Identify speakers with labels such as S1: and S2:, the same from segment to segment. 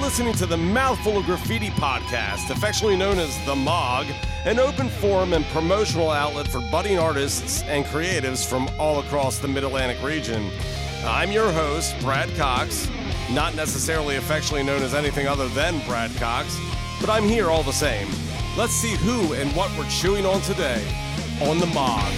S1: listening to the Mouthful of Graffiti podcast, affectionately known as The MOG, an open forum and promotional outlet for budding artists and creatives from all across the Mid Atlantic region. I'm your host, Brad Cox, not necessarily affectionately known as anything other than Brad Cox, but I'm here all the same. Let's see who and what we're chewing on today on The MOG.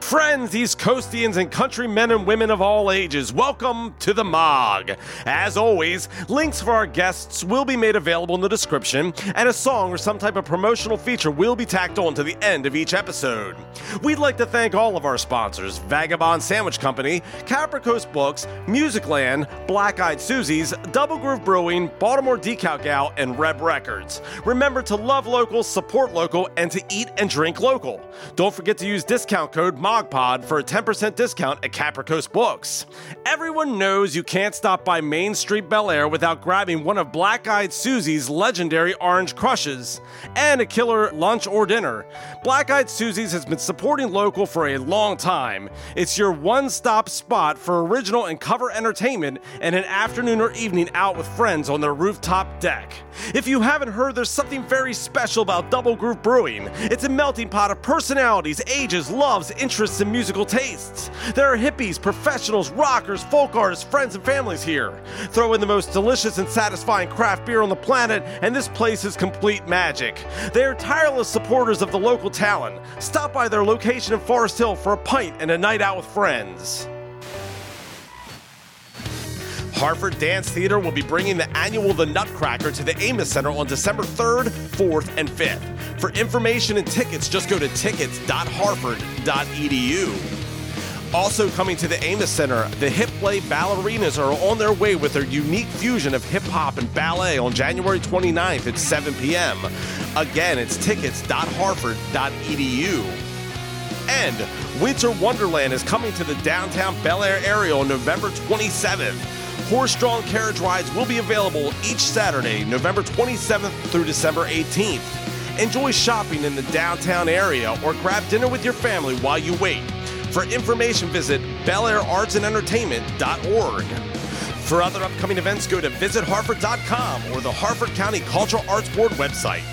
S1: Friends, East Coastians, and countrymen and women of all ages, welcome to the MOG. As always, links for our guests will be made available in the description, and a song or some type of promotional feature will be tacked on to the end of each episode. We'd like to thank all of our sponsors Vagabond Sandwich Company, Capra Coast Books, Musicland, Black Eyed Susie's, Double Groove Brewing, Baltimore Decal Gal, and Reb Records. Remember to love local, support local, and to eat and drink local. Don't forget to use discount code MOGPOD for a 10% discount at Capra Coast Books. Everyone knows you can't stop by Main Street Bel Air without grabbing one of Black Eyed Susie's legendary orange crushes and a killer lunch or dinner. Black Eyed Susie's has been supporting local for a long time. It's your one stop spot for original and cover entertainment and an afternoon or evening out with friends on their rooftop deck. If you haven't heard, there's something very special about Double Groove Brewing. It's a melting pot of personalities, ages, loves, interests, and musical tastes. There are hippies, professionals, rockers, folk artists, friends, and families here. Throw in the most delicious and satisfying craft beer on the planet, and this place is complete magic. They are tireless supporters of the local talent. Stop by their location in Forest Hill for a pint and a night out with friends. Hartford Dance Theater will be bringing the annual The Nutcracker to the Amos Center on December 3rd, 4th, and 5th. For information and tickets, just go to tickets.harford.edu. E Also coming to the Amos Center, the Hip Play Ballerinas are on their way with their unique fusion of hip hop and ballet on January 29th at 7 p.m. Again, it's E tickets.harford.edu. And Winter Wonderland is coming to the downtown Bel Air area on November 27th. Horse drawn carriage rides will be available each Saturday, November 27th through December 18th. Enjoy shopping in the downtown area or grab dinner with your family while you wait. For information, visit belairentertainment.org. For other upcoming events, go to visitharford.com or the Harford County Cultural Arts Board website.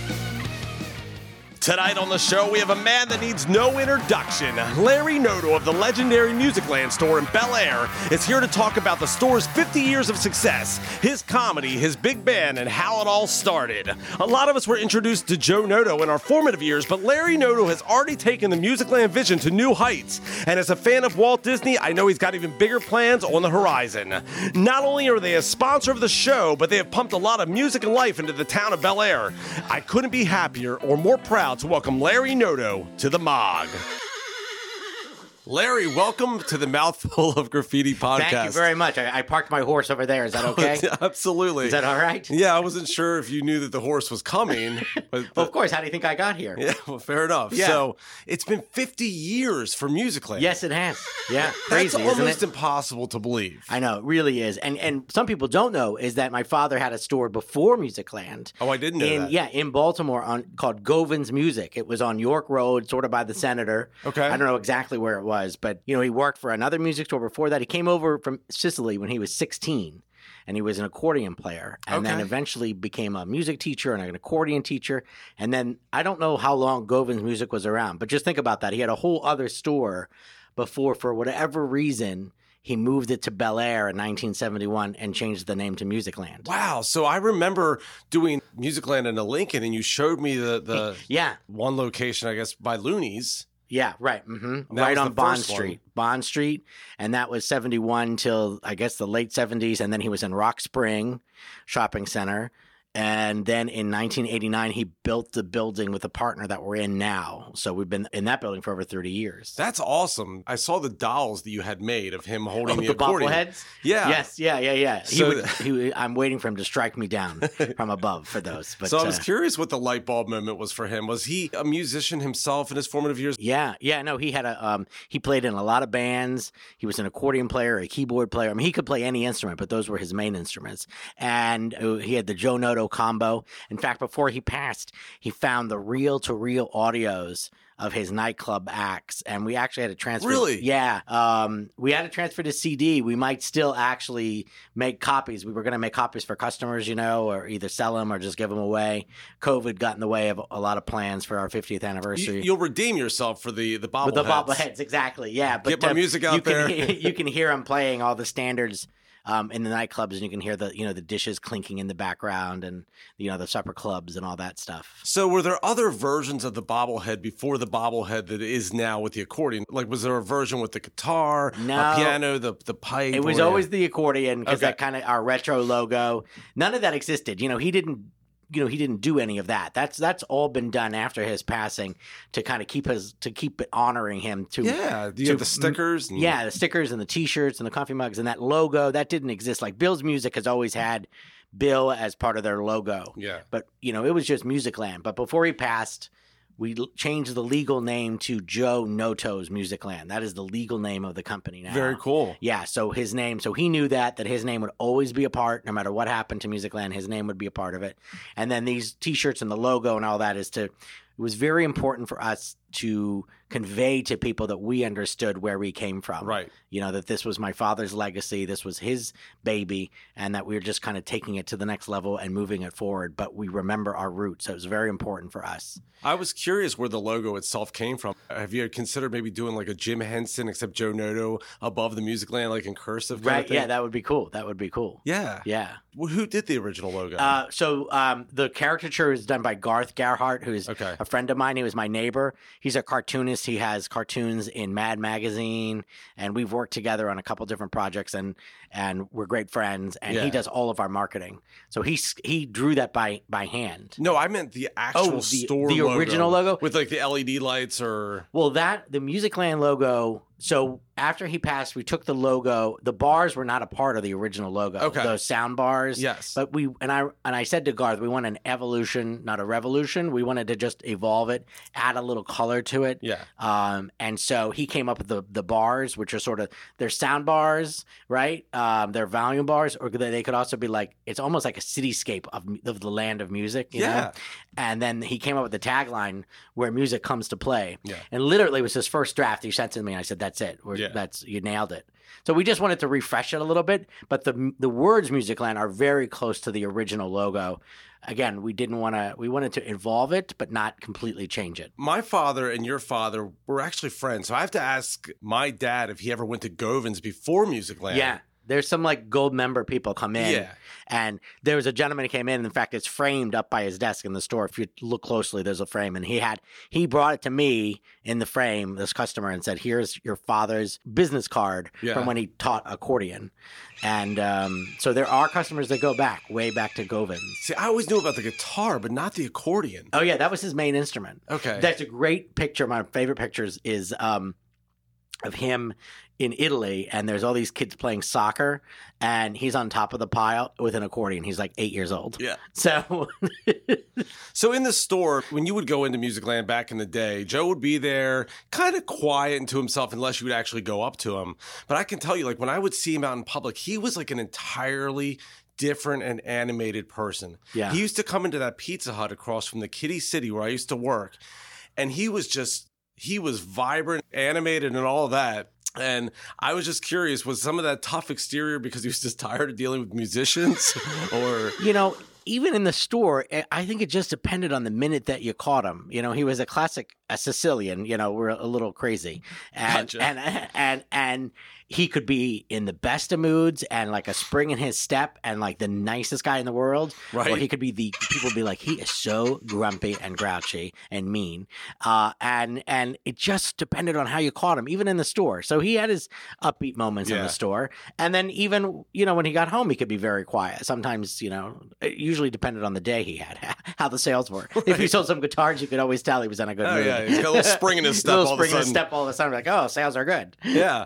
S1: Tonight on the show, we have a man that needs no introduction. Larry Noto of the legendary Musicland store in Bel Air is here to talk about the store's 50 years of success, his comedy, his big band, and how it all started. A lot of us were introduced to Joe Noto in our formative years, but Larry Noto has already taken the Musicland vision to new heights. And as a fan of Walt Disney, I know he's got even bigger plans on the horizon. Not only are they a sponsor of the show, but they have pumped a lot of music and life into the town of Bel Air. I couldn't be happier or more proud to welcome Larry Noto to the MOG. Larry, welcome to the Mouthful of Graffiti podcast.
S2: Thank you very much. I, I parked my horse over there. Is that okay?
S1: Absolutely.
S2: Is that all right?
S1: yeah, I wasn't sure if you knew that the horse was coming, but
S2: Well, of course. How do you think I got here?
S1: yeah, well, fair enough.
S2: Yeah.
S1: So it's been 50 years for Musicland.
S2: Yes, it has. Yeah,
S1: that's
S2: crazy,
S1: almost
S2: isn't it?
S1: impossible to believe.
S2: I know, it really is. And and some people don't know is that my father had a store before Musicland.
S1: Oh, I didn't know
S2: in
S1: that.
S2: yeah, in Baltimore on called Govan's Music. It was on York Road, sort of by the senator.
S1: Okay.
S2: I don't know exactly where it was, but you know, he worked for another music store before that. He came over from Sicily when he was sixteen. And he was an accordion player, and then
S1: Okay.
S2: eventually became a music teacher and an accordion teacher. And then I don't know how long Govan's music was around, but just think about that. He had a whole other store before, for whatever reason, he moved it to Bel Air in 1971 and changed the name to Musicland.
S1: Wow. So I remember doing Musicland in a Lincoln, and you showed me the, the
S2: Yeah,
S1: one location, I guess, by Looney's.
S2: Yeah, right. hmm
S1: That
S2: Right
S1: was
S2: on
S1: the
S2: Bond
S1: first one.
S2: Street. Bond Street. And that was 71 till I guess the late 70s. And then he was in Rock Spring Shopping Center. And then in 1989, he built the building with the partner that we're in now. So we've been in that building for over 30 years.
S1: That's awesome. I saw the dolls that you had made of him holding
S2: Oh,
S1: the,
S2: the
S1: accordion.
S2: bobbleheads?
S1: Yeah.
S2: Yes, yeah, yeah, yeah. He
S1: So-
S2: would, he would, I'm waiting for him to strike me down from above for those. But
S1: so I was
S2: uh,
S1: curious what the light bulb moment was for him. Was he a musician himself in his formative years?
S2: Yeah, yeah, no, he had a um he played in a lot of bands. He was an accordion player, a keyboard player. I mean, he could play any instrument, but those were his main instruments. And uh, he had the Joe Noto audio combo. In fact, before he passed, he found the reel to reel audios of his nightclub acts, and we actually had to transfer.
S1: Really?
S2: Yeah. Um, we had to transfer to CD. We might still actually make copies. We were going to make copies for customers, you know, or either sell them or just give them away. COVID got in the way of a lot of plans for our 50th anniversary.
S1: You, will redeem yourself for the the bobbleheads.
S2: with the bobbleheads, exactly. Yeah, but
S1: Get my music out
S2: you
S1: there.
S2: Can, you can hear him playing all the standards um, in the nightclubs, and you can hear the you know the dishes clinking in the background, and you know the supper clubs and all that stuff.
S1: So were there other versions of the bobblehead before the bobblehead that is now with the accordion? Like was there a version with the guitar,
S2: No.
S1: a piano, the the pipe?
S2: It was
S1: or-
S2: always the accordion because
S1: Okay.
S2: that kind of our retro logo. None of that existed. You know, he didn't. You know, he didn't do any of that. That's that's all been done after his passing to kind of keep his to keep it honoring him to
S1: yeah. You have the stickers. and-
S2: Yeah, the stickers and the T-shirts and the coffee mugs and that logo that didn't exist. Like Bill's Music has always had Bill as part of their logo,
S1: yeah.
S2: but you know it was just Music Land. But before he passed, we l- changed the legal name to Joe Noto's Music Land. That is the legal name of the company now.
S1: Very cool.
S2: Yeah, so his name, so he knew that that his name would always be a part, no matter what happened to Musicland, his name would be a part of it. And then these T-shirts and the logo and all that is to. It was very important for us to convey to people that we understood where we came from.
S1: Right.
S2: You know that this was my father's legacy, this was his baby, and that we were just kind of taking it to the next level and moving it forward. But we remember our roots, so it was very important for us.
S1: I was curious where the logo itself came from. Have you considered maybe doing like a Jim Henson except Joe Noto above the music land, like in cursive? Kind
S2: Right?
S1: Of thing?
S2: Yeah, that would be cool. That would be cool.
S1: yeah.
S2: Yeah.
S1: Well, who did the original logo?
S2: Uh, so um, the caricature is done by Garth Gerhart, who's
S1: Okay.
S2: a friend of mine. He was my neighbor. He's a cartoonist. He has cartoons in Mad Magazine, and we've worked together on a couple different projects, and and we're great friends. And
S1: Yeah.
S2: he does all of our marketing. So he s- he drew that by by hand.
S1: no, I meant the actual
S2: Oh, the-
S1: Oh, store
S2: the original logo?
S1: with like the LED lights or
S2: Well, that the Musicland logo. So after he passed, we took the logo. The bars were not a part of the original logo.
S1: Okay.
S2: those sound bars.
S1: yes.
S2: But we and I and I said to Garth, we want an evolution, not a revolution. We wanted to just evolve it, add a little color to it.
S1: yeah.
S2: Um, and so he came up with the the bars, which are sort of they're sound bars, right? Um, they're volume bars, or they they could also be like it's almost like a cityscape of mu- of the land of music. You
S1: Yeah.
S2: Know? And then he came up with the tagline where music comes to play.
S1: Yeah.
S2: And literally, it was his first draft he sent to me. And I said, "That's it. We're,
S1: Yeah.
S2: That's you nailed it." So we just wanted to refresh it a little bit, but the the words Musicland are very close to the original logo. Again, we didn't want to. We wanted to evolve it, but not completely change it.
S1: my father and your father were actually friends. So I have to ask my dad if he ever went to Govins before Music Land.
S2: Yeah. There's some like gold member people come in.
S1: Yeah.
S2: And there was a gentleman who came in. In fact, it's framed up by his desk in the store. If you look closely, there's a frame. And he had, he brought it to me in the frame, this customer, and said, Here's your father's business card
S1: Yeah.
S2: from when he taught accordion. And um, so there are customers that go back, way back to Govins.
S1: See, I always knew about the guitar, but not the accordion.
S2: Oh, yeah. That was his main instrument.
S1: Okay.
S2: That's a great picture. My favorite pictures is um, of him in Italy, and there's all these kids playing soccer, and he's on top of the pile with an accordion. He's like eight years old.
S1: Yeah.
S2: So
S1: So in the store, when you would go into Music Land back in the day, Joe would be there, kind of quiet and to himself, unless you would actually go up to him. But I can tell you, like when I would see him out in public, he was like an entirely different and animated person.
S2: Yeah.
S1: He used to come into that Pizza Hut across from the Kitty City where I used to work, and he was just he was vibrant, animated, and all that. And I was just curious, was some of that tough exterior because he was just tired of dealing with musicians, or
S2: you know, even in the store, I- I think it just depended on the minute that you caught him. You know, he was a classic a Sicilian. You know, we're a little crazy, and
S1: Gotcha.
S2: and and and he could be in the best of moods and like a spring in his step and like the nicest guy in the world. Or
S1: Right.
S2: he could be the people be like, he is so grumpy and grouchy and mean. Uh, and and it just depended on how you caught him, even in the store. So he had his upbeat moments in
S1: Yeah.
S2: the store, and then even you know when he got home, he could be very quiet. Sometimes you know, it usually depended on the day he had, how the sales were. If he sold some guitars, you could always tell he was in a good
S1: Oh,
S2: mood.
S1: yeah, he's got a little spring in his step
S2: little
S1: all of a
S2: spring in his
S1: sudden.
S2: step all of a sudden, like oh, sales are good.
S1: yeah.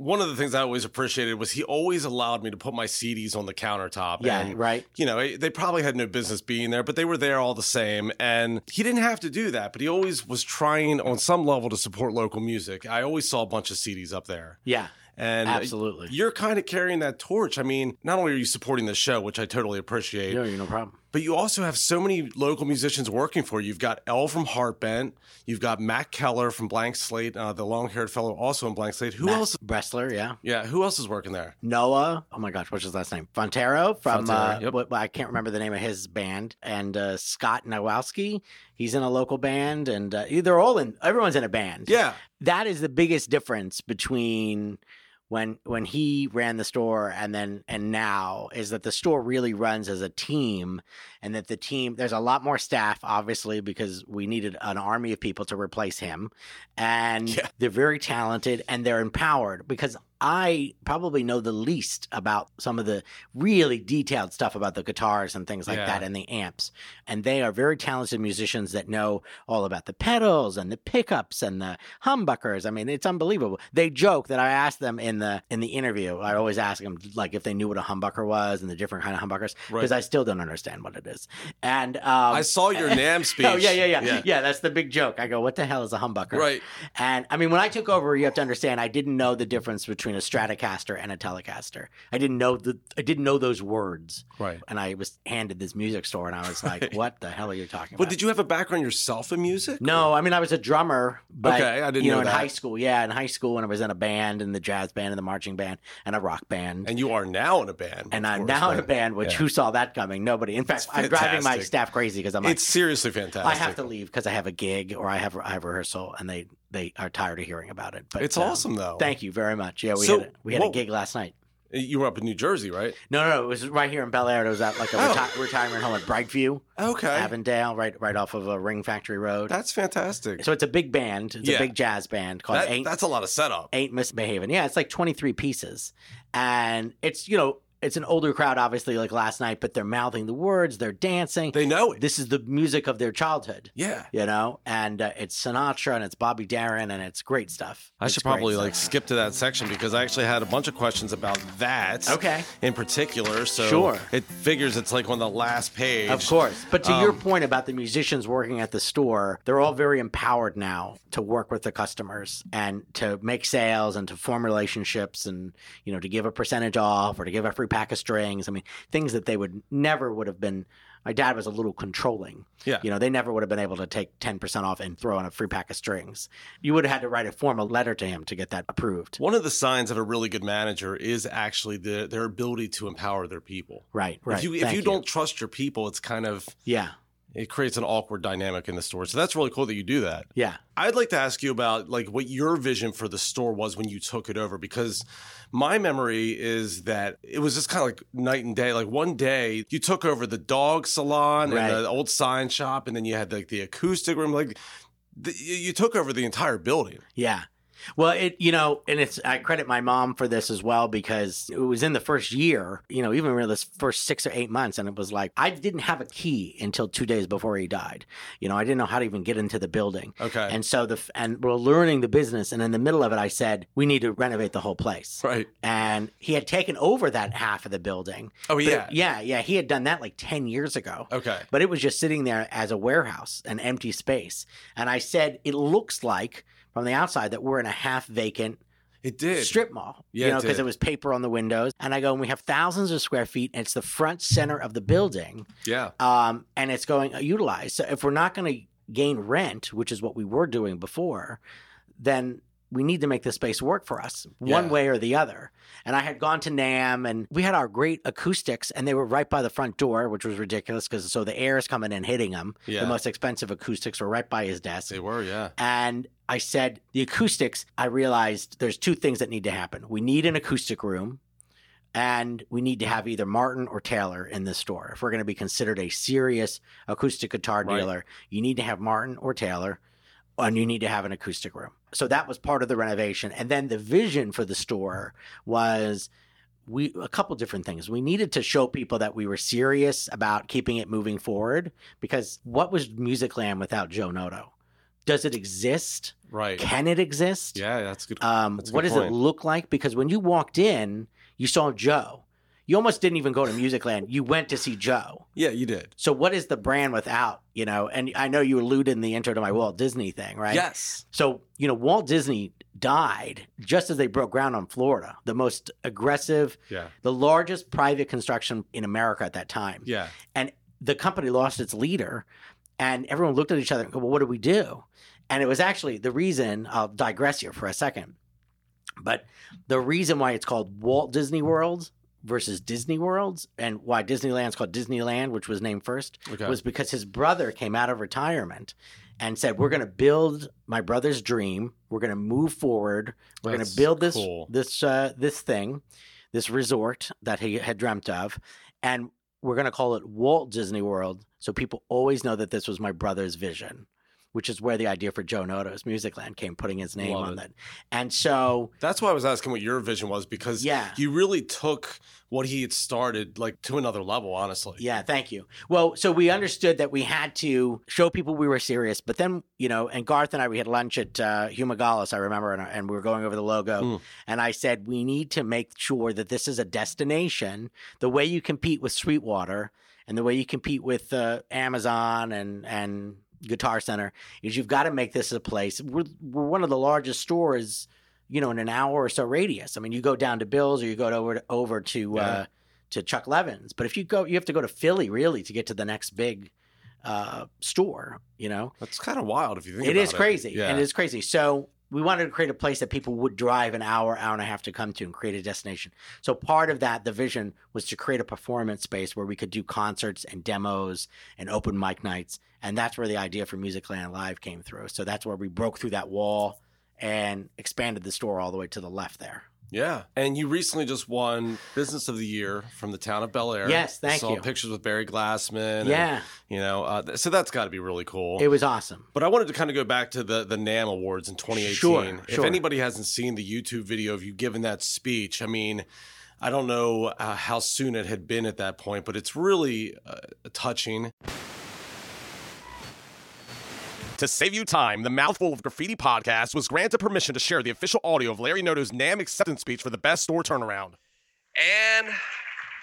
S1: One of the things I always appreciated was he always allowed me to put my CDs on the countertop.
S2: Yeah,
S1: and,
S2: right.
S1: You know, they probably had no business being there, but they were there all the same. And he didn't have to do that, but he always was trying on some level to support local music. I always saw a bunch of CDs up there.
S2: Yeah,
S1: And uh,
S2: absolutely.
S1: you're kind of carrying that torch. I mean, not only are you supporting the show, which I totally appreciate,
S2: No, you're no problem.
S1: But you also have so many local musicians working for you. You've got L from Heartbent. You've got Matt Keller from Blank Slate, uh, the long-haired fellow also in Blank Slate. Who
S2: Matt
S1: else?
S2: Bressler, yeah.
S1: Yeah, who else is working there?
S2: Noah. Oh my gosh, what's his last name? Fontero from
S1: Fontero,
S2: uh,
S1: yep.
S2: what, I can't remember the name of his band, and uh, Scott Nowalski. He's in a local band, and uh, they're all in. Everyone's in a band.
S1: Yeah,
S2: that is the biggest difference between when when he ran the store and then and now is that the store really runs as a team and that the team there's a lot more staff obviously because we needed an army of people to replace him and
S1: Yeah.
S2: they're very talented and they're empowered because I probably know the least about some of the really detailed stuff about the guitars and things like
S1: Yeah.
S2: that and the amps and they are very talented musicians that know all about the pedals and the pickups and the humbuckers. I mean, it's unbelievable. They joke that I asked them in the in the interview. I always ask them like if they knew what a humbucker was and the different kind of humbuckers
S1: Right.
S2: because I still don't understand what it is. And um,
S1: I saw your Nam speech.
S2: Oh yeah, yeah, yeah, yeah, That's the big joke. I go, what the hell is a humbucker?
S1: Right.
S2: And I mean, when I took over, you have to understand, I didn't know the difference between a Stratocaster and a Telecaster. I didn't know the, I didn't know those words.
S1: Right.
S2: And I was handed this music store, and I was like, what the hell are you talking
S1: But
S2: about?
S1: did you have a background yourself in music?
S2: No, I mean I was a drummer, but
S1: Okay, I didn't
S2: you know,
S1: know
S2: in
S1: that.
S2: high school, yeah, in high school when I was in a band, in the jazz band, and the marching band, and a rock band, and,
S1: And you are now in a band. of
S2: I'm
S1: course,
S2: now in a
S1: right?
S2: band. Which
S1: Yeah.
S2: who saw that coming? Nobody. In fact,
S1: It's
S2: I'm driving my
S1: fantastic.
S2: staff crazy because I'm like,
S1: It's seriously fantastic.
S2: I have to leave because I have a gig or I have I have rehearsal, and they they are tired of hearing about it. But
S1: It's
S2: um,
S1: awesome though.
S2: Thank you very much. Yeah, we
S1: So,
S2: had a, we had a
S1: what-
S2: gig last night.
S1: You were up in New Jersey, right?
S2: No, no, no, it was right here in Bel Air. It was at like a
S1: Oh.
S2: reti- retirement home at Brightview,
S1: Okay.
S2: Avondale, right right off of a Ring Factory Road.
S1: That's fantastic.
S2: so it's a big band. It's
S1: Yeah.
S2: a big jazz band called
S1: That,
S2: Ain't
S1: that's a lot of setup.
S2: ain't misbehaving. Yeah, it's like 23 pieces. And it's, you know, it's an older crowd, obviously, like last night, but they're mouthing the words, they're dancing.
S1: They know it.
S2: this is the music of their childhood,
S1: Yeah.
S2: you know? And uh, it's Sinatra and it's Bobby Darin and it's great stuff.
S1: I
S2: It's
S1: should
S2: great
S1: probably
S2: stuff.
S1: like skip to that section because I actually had a bunch of questions about that.
S2: Okay.
S1: In particular, so
S2: Sure.
S1: it figures it's like on the last page.
S2: Of course. But to
S1: Um,
S2: your point about the musicians working at the store, they're all very empowered now to work with the customers and to make sales and to form relationships and, you know, to give a percentage off or to give a free pack of strings. I mean, things that they would never would have been. My dad was a little controlling.
S1: Yeah.
S2: You know, they never would have been able to take 10% off and throw in a free pack of strings. You would have had to write a formal letter to him to get that approved.
S1: One of the signs of a really good manager is actually the, their ability to empower their people.
S2: Right, right.
S1: If you if
S2: Thank
S1: you don't trust your people, it's kind of
S2: Yeah,
S1: it creates an awkward dynamic in the store. So that's really cool that you do that.
S2: yeah.
S1: I'd like to ask you about like what your vision for the store was when you took it over because my memory is that it was just kind of like night and day. Like one day you took over the dog salon
S2: Right.
S1: and the old sign shop and then you had like the acoustic room like the, you you took over the entire building.
S2: Yeah. Well, it you know, and it's I credit my mom for this as well because it was in the first year, you know, even really this first six or eight months, and it was like I didn't have a key until two days before he died. You know, I didn't know how to even get into the building,
S1: Okay.
S2: and so the f- and we're learning the business, and in the middle of it, I said we need to renovate the whole place,
S1: right.
S2: and he had taken over that half of the building.
S1: Oh
S2: But
S1: yeah.
S2: it- yeah, yeah, he had done that like ten years ago
S1: Okay.
S2: but it was just sitting there as a warehouse, an empty space. And I said, it looks like from the outside that we're in a half vacant
S1: It did.
S2: strip mall,
S1: Yeah,
S2: you know,
S1: it
S2: because
S1: did.
S2: it was paper on the windows. And I go, and we have thousands of square feet, and it's the front center of the building,
S1: yeah.
S2: um, and it's going utilized. So if we're not going to gain rent, which is what we were doing before, then we need to make this space work for us one
S1: Yeah.
S2: way or the other. And I had gone to NAM and we had our great acoustics and they were right by the front door, which was ridiculous because so the air is coming in hitting him.
S1: Yeah.
S2: The most expensive acoustics were right by his desk.
S1: They were, yeah.
S2: And I said, the acoustics, I realized there's two things that need to happen. We need an acoustic room and we need to have either Martin or Taylor in this store. If we're going to be considered a serious acoustic guitar
S1: Right.
S2: dealer, you need to have Martin or Taylor and you need to have an acoustic room. So that was part of the renovation. And then the vision for the store was we a couple different things. We needed to show people that we were serious about keeping it moving forward because what was Musicland without Joe Noto? Does it exist?
S1: Right.
S2: Can it exist?
S1: Yeah, that's good.
S2: Um,
S1: That's a
S2: what
S1: good
S2: does it
S1: point.
S2: look like? Because when you walked in, you saw Joe. You almost didn't even go to Musicland. You went to see Joe.
S1: yeah, you did.
S2: So what is the brand without? You know, and I know you alluded in the intro to my Walt Disney thing, right?
S1: Yes.
S2: So, you know, Walt Disney died just as they broke ground on Florida, the most aggressive,
S1: Yeah.
S2: the largest private construction in America at that time.
S1: Yeah.
S2: And the company lost its leader, and everyone looked at each other. and go, Well, what do we do? And it was actually the reason. I'll digress here for a second, but the reason why it's called Walt Disney World versus Disney Worlds, and why Disneyland's called Disneyland, which was named first,
S1: Okay.
S2: was because his brother came out of retirement and said, "We're going to build my brother's dream. We're going to move forward. We're going
S1: That's
S2: to build this
S1: cool.
S2: this uh, this thing, this resort that he had dreamt of, and we're going to call it Walt Disney World, so people always know that this was my brother's vision." Which is where the idea for Joe Noto's Musicland came, putting his name
S1: Love
S2: on
S1: it.
S2: that. And so,
S1: That's why I was asking what your vision was because
S2: Yeah.
S1: you really took what he had started like to another level, honestly.
S2: Yeah, thank you. Well, so we understood that we had to show people we were serious, but then, you know, and Garth and I, we had lunch at uh, Humagalis, I remember, and, and we were going over the logo.
S1: Mm.
S2: And I said, we need to make sure that this is a destination. The way you compete with Sweetwater and the way you compete with uh, Amazon and, and Guitar Center is you've got to make this a place. We're, we're one of the largest stores, you know, in an hour or so radius. I mean, you go down to Bill's or you go to, over to, over to
S1: Yeah.
S2: uh, to Chuck Levin's. But if you go, you have to go to Philly really to get to the next big uh, store. You know,
S1: That's kind of wild if you think
S2: it
S1: about
S2: is crazy.
S1: Yeah.
S2: and It is crazy. So we wanted to create a place that people would drive an hour, hour and a half to come to and create a destination. So part of that, the vision was to create a performance space where we could do concerts and demos and open mic nights. And that's where the idea for Musicland Live came through. So that's where we broke through that wall and expanded the store all the way to the left there.
S1: Yeah. And you recently just won Business of the Year from the town of Bel Air.
S2: Yes, thank
S1: Saw
S2: you.
S1: pictures with Barry Glassman. and,
S2: yeah,
S1: you know, uh, th- so that's got to be really cool.
S2: it was awesome.
S1: But I wanted to kind of go back to the the NAM Awards in 2018.
S2: Sure,
S1: if
S2: sure.
S1: anybody hasn't seen the YouTube video of you giving that speech, I mean, I don't know uh, how soon it had been at that point, but it's really uh, touching.
S3: To save you time, the Mouthful of Graffiti podcast was granted permission to share the official audio of Larry Noto's NAM acceptance speech for the best store turnaround.
S4: And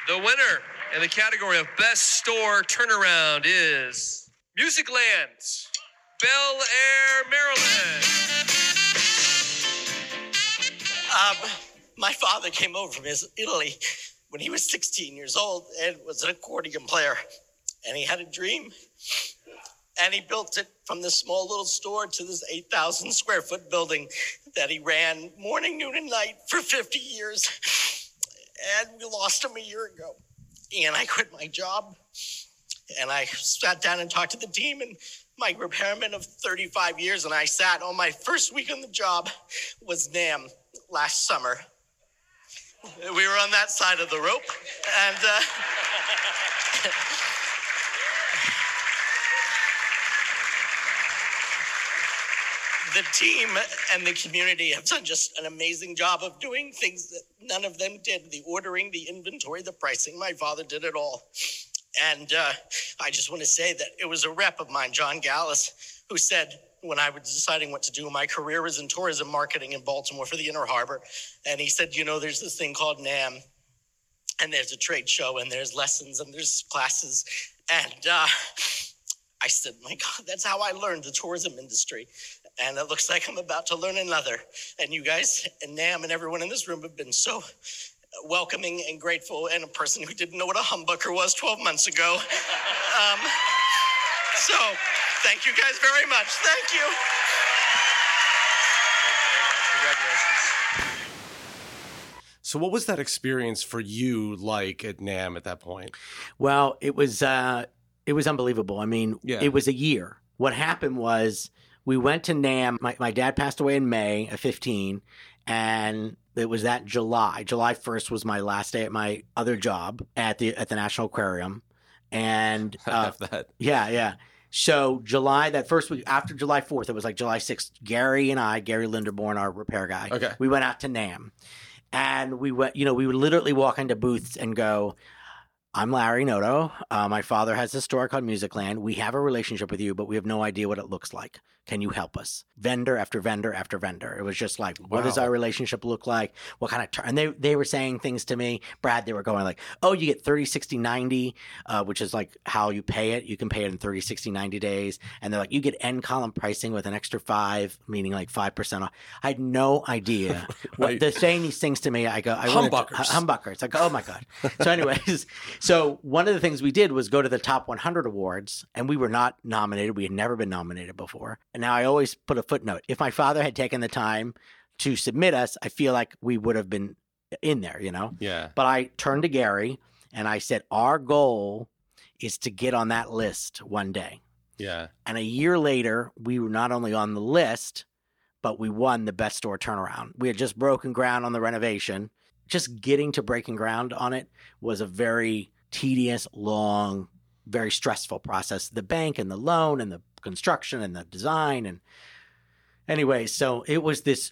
S4: the winner in the category of Best Store Turnaround is Musicland, Bel Air, Maryland.
S5: Um, my father came over from his- Italy when he was 16 years old and was an accordion player. And he had a dream. And he built it from this small little store to this 8,000 square foot building that he ran morning, noon, and night for 50 years. And we lost him a year ago. And I quit my job. And I sat down and talked to the team and my repairman of 35 years. And I sat on my first week on the job was NAM last summer. We were on that side of the rope. And uh, the team and the community have done just an amazing job of doing things that none of them did the ordering, the inventory, the pricing. My father did it all. And uh, I just want to say that it was a rep of mine, John Gallus, who said, when I was deciding what to do, my career was in tourism marketing in Baltimore for the Inner Harbor. And he said, You know, there's this thing called NAM, and there's a trade show, and there's lessons, and there's classes. And uh, I said, My God, that's how I learned the tourism industry. And it looks like I'm about to learn another. And you guys, and NAM, and everyone in this room have been so welcoming and grateful, and a person who didn't know what a humbucker was 12 months ago. Um, so, thank you guys very much. Thank you.
S4: Congratulations.
S1: So, what was that experience for you like at NAM at that point?
S2: Well, it was uh, it was unbelievable. I mean,
S1: Yeah.
S2: it was a year. What happened was we went to Nam. My, my dad passed away in May of fifteen, and it was that July. July first was my last day at my other job at the at the National Aquarium, and uh,
S1: Half that.
S2: yeah, yeah. So July that first week after July fourth, it was like July sixth. Gary and I, Gary Linderborn, our repair guy,
S1: Okay.
S2: we went out to Nam, and we went. You know, we would literally walk into booths and go. I'm Larry Noto. Uh, my father has a store called Musicland. We have a relationship with you, but we have no idea what it looks like. Can you help us? Vendor after vendor after vendor. It was just like, what does
S1: Wow.
S2: our relationship look like? What kind of turn? And they, they were saying things to me, Brad, they were going like, oh, you get 30, 60, 90, uh, which is like how you pay it. You can pay it in 30, 60, 90 days. And they're like, you get end column pricing with an extra five, meaning like 5% off. I had no idea. what,
S1: Right.
S2: they're saying these things to me. I go, I wanna-
S1: Humbuckers.
S2: humbuckers. I go, oh my God. So, anyways, So one of the things we did was go to the top 100 awards, and we were not nominated. We had never been nominated before. And now I always put a footnote. If my father had taken the time to submit us, I feel like we would have been in there, you know.
S1: Yeah.
S2: But I turned to Gary and I said, our goal is to get on that list one day.
S1: Yeah.
S2: And a year later, we were not only on the list, but we won the best store turnaround. We had just broken ground on the renovation. Just getting to breaking ground on it was a very tedious, long, very stressful process. The bank and the loan and the construction and the design. And anyway, so it was this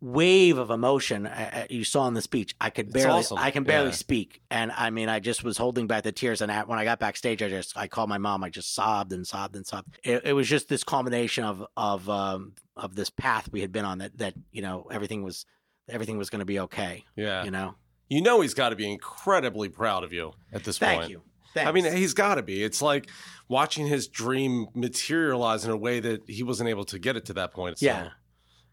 S2: wave of emotion uh, uh, you saw in the speech. I could barely,
S1: awesome.
S2: I can barely
S1: Yeah.
S2: speak. And I mean, I just was holding back the tears. And I, when I got backstage, I just, I called my mom. I just sobbed and sobbed and sobbed. It, it was just this culmination of, of, um, of this path we had been on that, that, you know, everything was, everything was going to be okay.
S1: Yeah.
S2: You know?
S1: You know he's got to be incredibly proud of you at this
S2: Thank
S1: point.
S2: you. Thanks.
S1: I mean, he's got to be. It's like watching his dream materialize in a way that he wasn't able to get it to that point. So,
S2: yeah.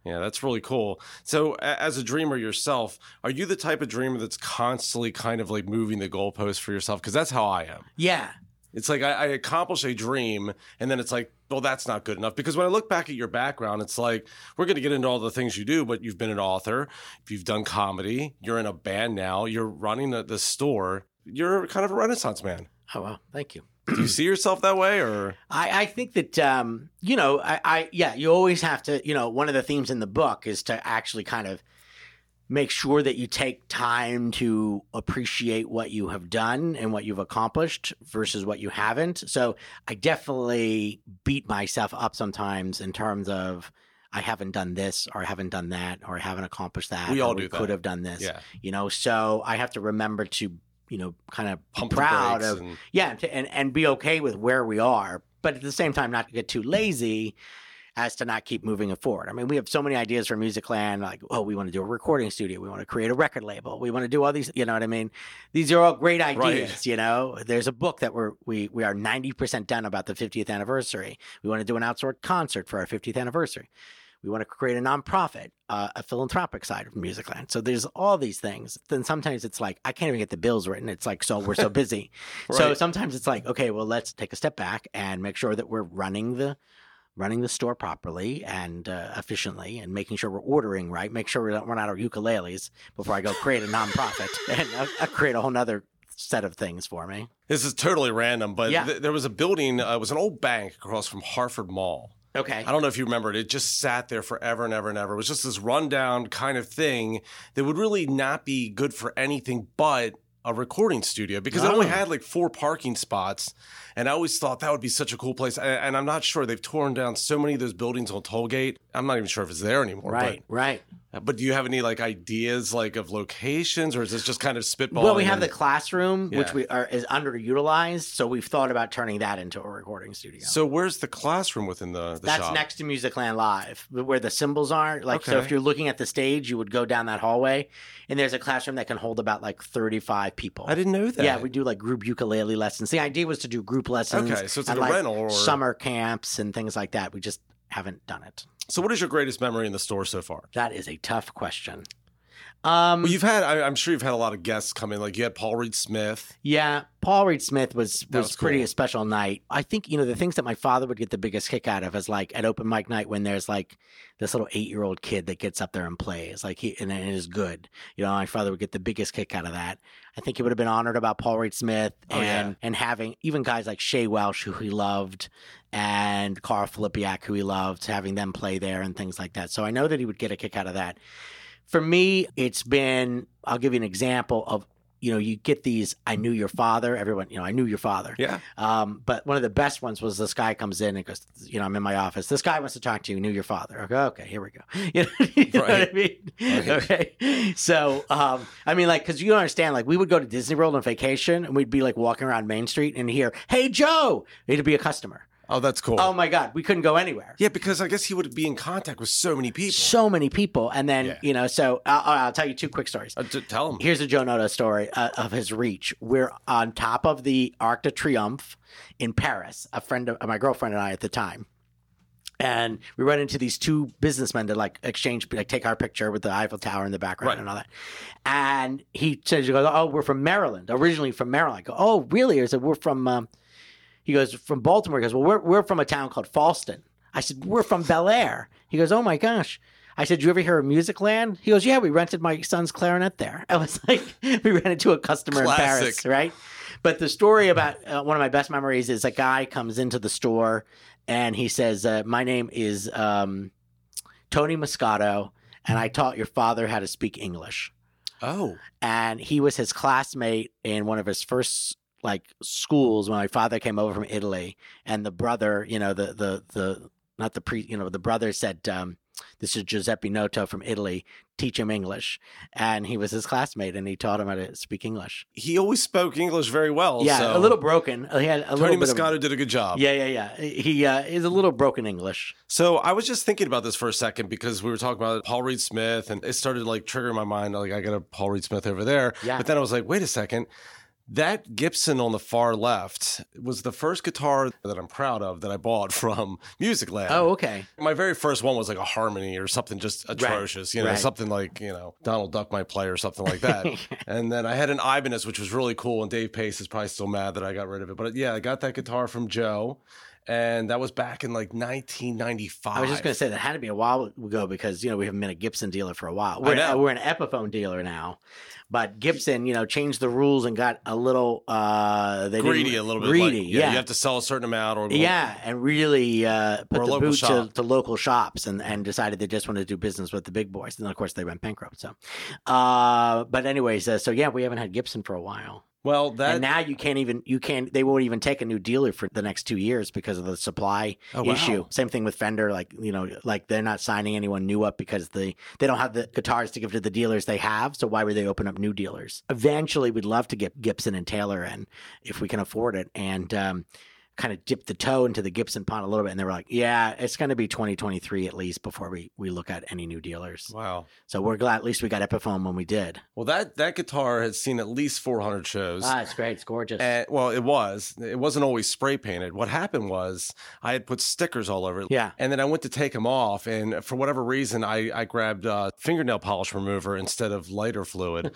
S1: Yeah, that's really cool. So, a- as a dreamer yourself, are you the type of dreamer that's constantly kind of like moving the goalposts for yourself? Because that's how I am.
S2: Yeah.
S1: It's like I, I accomplish a dream, and then it's like, well, that's not good enough. Because when I look back at your background, it's like we're going to get into all the things you do, but you've been an author, you've done comedy, you're in a band now, you're running the, the store. You're kind of a renaissance man.
S2: Oh, well, thank you.
S1: Do you see yourself that way, or
S2: I, I think that um, you know, I, I yeah, you always have to, you know, one of the themes in the book is to actually kind of make sure that you take time to appreciate what you have done and what you've accomplished versus what you haven't. So I definitely beat myself up sometimes in terms of I haven't done this or I haven't done that or I haven't accomplished that.
S1: We
S2: or
S1: all
S2: we
S1: do that.
S2: could have done this.
S1: yeah,
S2: You know, so I have to remember to, you know, kind of be
S1: pump the
S2: proud
S1: brakes
S2: of
S1: and-
S2: yeah to, and and be okay with where we are but at the same time not to get too lazy as to not keep moving it forward i mean we have so many ideas for music land like oh we want to do a recording studio we want to create a record label we want to do all these you know what i mean these are all great ideas
S1: Right.
S2: you know there's a book that we're we, we are 90% done about the 50th anniversary we want to do an outdoor concert for our 50th anniversary we want to create a nonprofit, uh, a philanthropic side of Musicland. So there's all these things. Then sometimes it's like I can't even get the bills written. It's like so we're so busy. So
S1: Right.
S2: sometimes it's like okay, well let's take a step back and make sure that we're running the running the store properly and uh, efficiently, and making sure we're ordering right. Make sure we're not, we're not our ukuleles before I go create a nonprofit and uh, uh, create a whole nother set of things for me.
S1: this is totally random, but
S2: Yeah.
S1: th- there was a building. Uh, it was an old bank across from Harford Mall.
S2: Okay.
S1: I don't know if you remember it. It just sat there forever and ever and ever. It was just this rundown kind of thing that would really not be good for anything but a recording studio because it only
S2: Oh.
S1: had like four parking spots. And I always thought that would be such a cool place. And, and I'm not sure they've torn down so many of those buildings on Tollgate. I'm not even sure if it's there anymore. uh,
S2: Right. Right.
S1: But, but do you have any like ideas like of locations or is this just kind of spitball?
S2: Well, we have the classroom,
S1: Yeah.
S2: which we are is underutilized, so we've thought about turning that into a recording studio.
S1: So where's the classroom within the, the
S2: That's
S1: shop?
S2: next to Musicland Live, where the symbols are. Like, so
S1: Okay.
S2: if you're looking at the stage, you would go down that hallway, and there's a classroom that can hold about like 35 people.
S1: I didn't know that.
S2: Yeah, we do like group ukulele lessons. The idea was to do group lessons.
S1: Okay, so it's
S2: and,
S1: like a rental or-
S2: summer camps and things like that. We just haven't done it.
S1: so what is your greatest memory in the store so far?
S2: That is a tough question. Um,
S1: Well, you've had, I, I'm sure you've had a lot of guests come in. Like you had Paul Reed Smith.
S2: Yeah, Paul Reed Smith was
S1: That
S2: was,
S1: was
S2: pretty
S1: cool.
S2: a special night. I think you know the things that my father would get the biggest kick out of is like at open mic night when there's like this little eight year old kid that gets up there and plays like he and, and is good. You know, my father would get the biggest kick out of that. I think he would have been honored about Paul Reed Smith
S1: Oh,
S2: and
S1: yeah.
S2: and having even guys like Shea Welsh who he loved and Carl Filipiak who he loved having them play there and things like that. So I know that he would get a kick out of that. For me, it's been I'll give you an example of you know, you get these. I knew your father. Everyone, you know, I knew your father.
S1: Yeah.
S2: Um, but one of the best ones was this guy comes in and goes, you know, I'm in my office. This guy wants to talk to you. Knew your father. Okay, okay, here we go. You know, you know what I
S1: Right.
S2: mean?
S1: Right.
S2: Okay. So, um, I mean, like, because you don't understand, like, we would go to Disney World on vacation and we'd be like walking around Main Street and hear, "Hey Joe," it'd be a customer.
S1: Oh, that's cool.
S2: Oh my God, we couldn't go anywhere.
S1: yeah, because I guess he would be in contact with so many people.
S2: So many people, and then
S1: Yeah.
S2: you know. So I'll, I'll tell you two quick stories.
S1: Uh, d- tell him.
S2: Here's a Joe Noto story uh, of his reach. We're on top of the Arc de Triomphe in Paris. A friend of my girlfriend and I at the time, and we run into these two businessmen that like exchange like take our picture with the Eiffel Tower in the background
S1: Right.
S2: and all that. And he says, "He goes, oh, we're from Maryland, originally from Maryland." I go, "Oh, really?" I said, "We're from." Um, he goes, "From Baltimore." He goes, "Well, we're we're from a town called Falston." I said, "We're from Bel Air." He goes, "Oh my gosh." I said, "You ever hear of Music Land?" He goes, "Yeah, we rented my son's clarinet there." I was like, "We ran into a customer in
S1: Classic.
S2: Paris, right?" But the story about uh, one of my best memories is a guy comes into the store and he says, uh, "My name is um, Tony Moscato, and I taught your father how to speak English."
S1: Oh,
S2: and he was his classmate in one of his first like schools when my father came over from Italy, and the brother, you know, the the the not the pre, you know, the brother said, um, "This is Giuseppe Noto from Italy. Teach him English," and he was his classmate, and he taught him how to speak English.
S1: he always spoke English very well.
S2: yeah,
S1: so.
S2: a little broken. He had a
S1: Tony
S2: little bit of-
S1: Moscato did a good job.
S2: yeah, yeah, yeah. He uh, is a little broken English.
S1: So I was just thinking about this for a second because we were talking about Paul Reed Smith, and it started like triggering my mind. Like I got a Paul Reed Smith over there,
S2: Yeah.
S1: but then I was like, wait a second. That Gibson on the far left was the first guitar that I'm proud of that I bought from Music Land.
S2: Oh, okay.
S1: My very first one was like a harmony or something just atrocious, you know,
S2: right.
S1: something like, you know, Donald Duck might play or something like that. and then I had an Ibanez, which was really cool. And Dave Pace is probably still mad that I got rid of it. But yeah, I got that guitar from Joe. And that was back in like 1995.
S2: I was just going to say that had to be a while ago because you know we haven't been a Gibson dealer for a while.
S1: I
S2: We're,
S1: know.
S2: we're an Epiphone dealer now, but Gibson, you know, changed the rules and got a little uh, they didn't-
S1: greedy a little bit. like,
S2: greedy, yeah,
S1: You have to sell a certain amount or
S2: yeah, and really uh,
S1: Or a
S2: put the
S1: local
S2: boot to,
S1: shop.
S2: to local shops and, and decided they just wanted to do business with the big boys. And then, of course, they went bankrupt. So, uh, but anyways, uh, so yeah, we haven't had Gibson for a while,
S1: Well, that
S2: and now you can't even you can't they won't even take a new dealer for the next two years because of the supply
S1: Oh, wow.
S2: issue. Same thing with Fender, like you know, like they're not signing anyone new up because they they don't have the guitars to give to the dealers they have. So why would they open up new dealers? Eventually, we'd love to get Gibson and Taylor in if we can afford it, and um, kind of dip the toe into the Gibson pond a little bit. And they were like, "Yeah, it's going to be 2023 at least before we we look at any new dealers."
S1: wow.
S2: So we're glad at least we got Epiphone when we did.
S1: Well, that that guitar has seen at least 400 shows.
S2: Ah, it's great, it's gorgeous.
S1: And, well, it was. It wasn't always spray painted. What happened was I had put stickers all over it.
S2: Yeah.
S1: And then I went to take them off. And for whatever reason, I, I grabbed uh, fingernail polish remover instead of lighter fluid.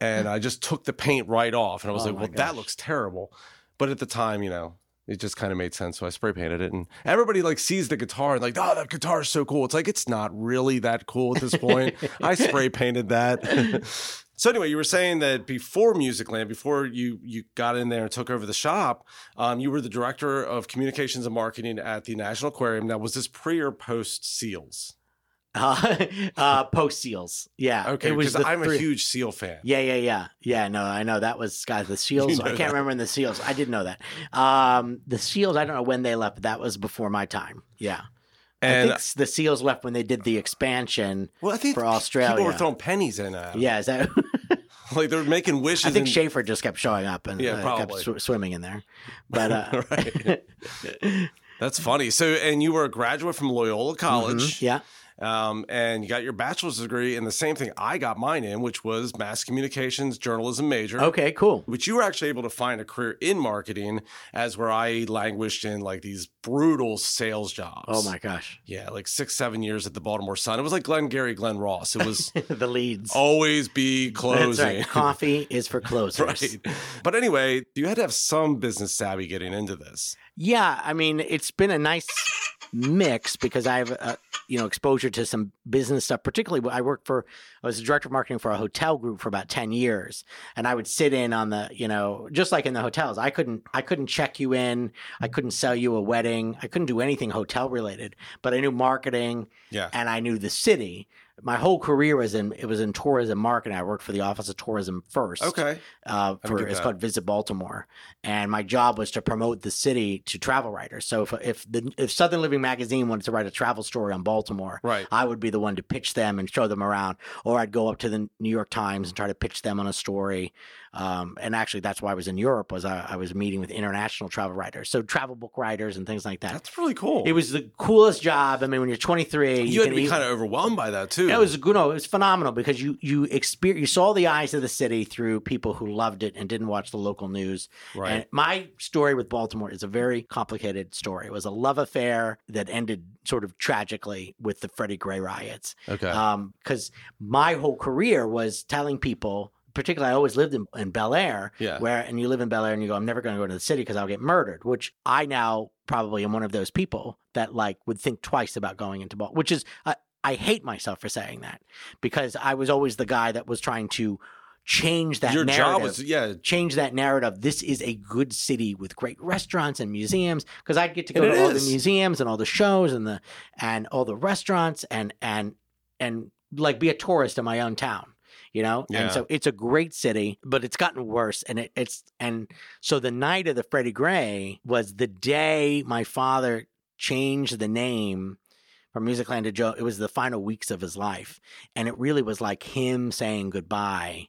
S1: and I just took the paint right off. And I was
S2: Oh
S1: like,
S2: my
S1: well,
S2: gosh.
S1: that looks terrible. But at the time, you know, it just kind of made sense. So I spray painted it. And everybody like sees the guitar and like, oh, that guitar is so cool. It's like, it's not really that cool at this point. I spray painted that. So anyway, you were saying that before Musicland, before you you got in there and took over the shop, um, you were the director of communications and marketing at the National Aquarium. Now, was this pre or post Seals?
S2: Uh, uh, post seals, yeah.
S1: Okay,
S2: it was
S1: because
S2: the
S1: I'm
S2: three-
S1: a huge Seal fan.
S2: Yeah, yeah, yeah, yeah. No, I know that was guys. The seals.
S1: know
S2: I can't
S1: that.
S2: remember in the seals. I did know that. Um, the seals. I don't know when they left. But that was before my time. Yeah,
S1: and
S2: I think s- the seals left when they did the expansion.
S1: well, I think
S2: for Australia.
S1: people were throwing pennies in that.
S2: Yeah, is that?
S1: like they were making wishes.
S2: I think
S1: and-
S2: Schaefer just kept showing up and
S1: Yeah,
S2: uh, kept
S1: probably.
S2: sw- swimming in there. But uh,
S1: Right. That's funny. So, and you were a graduate from Loyola College.
S2: Mm-hmm. yeah,
S1: um, and you got your bachelor's degree in the same thing I got mine in, which was mass communications journalism major.
S2: okay, cool.
S1: Which you were actually able to find a career in marketing, as where I languished in like these brutal sales jobs.
S2: Oh my gosh,
S1: Yeah, like six, seven years at the Baltimore Sun. It was like Glenn Gary, Glenn Ross. It was
S2: the leads.
S1: always be
S2: That's
S1: closing.
S2: right. Coffee is for closers.
S1: Right. But anyway, you had to have some business savvy getting into this.
S2: Yeah, I mean, it's been a nice mix because I have, uh, you know, exposure to some business stuff. Particularly, I worked for, I was the director of marketing for a hotel group for about ten years, and I would sit in on the, you know, just like in the hotels. I couldn't, I couldn't check you in, I couldn't sell you a wedding, I couldn't do anything hotel related, but I knew marketing
S1: Yeah.
S2: and I knew the city. My whole career was in it was in tourism marketing. I worked for the office of tourism first
S1: Okay.
S2: uh,
S1: I
S2: for
S1: get
S2: it's
S1: that.
S2: called Visit Baltimore, and my job was to promote the city to travel writers. So if if the if Southern Living magazine wanted to write a travel story on Baltimore,
S1: Right.
S2: I would be the one to pitch them and show them around, or I'd go up to the New York Times and try to pitch them on a story, Um, and actually, that's why I was in Europe. Was I, I was meeting with international travel writers, so travel book writers and things like that.
S1: That's really cool.
S2: it was the coolest job. I mean, when you're 23,
S1: you, had to
S2: can
S1: be
S2: eat-
S1: kind of overwhelmed by that too.
S2: it was you know, it was phenomenal because you you exper- you saw the eyes of the city through people who loved it and didn't watch the local news.
S1: Right.
S2: And my story with Baltimore is a very complicated story. It was a love affair that ended sort of tragically with the Freddie Gray riots.
S1: okay.
S2: Um, because my whole career was telling people, particularly I always lived in, in Bel Air,
S1: Yeah.
S2: where and you live in Bel Air and you go, I'm never going to go to the city because I'll get murdered, which I now probably am one of those people that like would think twice about going into Baltimore, which is I I hate myself for saying that because I was always the guy that was trying to change that
S1: Your
S2: narrative
S1: job was yeah.
S2: change that narrative. This is a good city with great restaurants and museums because I get to go
S1: And it
S2: to all
S1: is.
S2: the museums and all the shows and the and all the restaurants and and and like be a tourist in my own town, you know.
S1: Yeah.
S2: And so it's a great city, but it's gotten worse. And it, it's and so the night of the Freddie Gray was the day my father changed the name from Musicland to Joe. It was the final weeks of his life, and it really was like him saying goodbye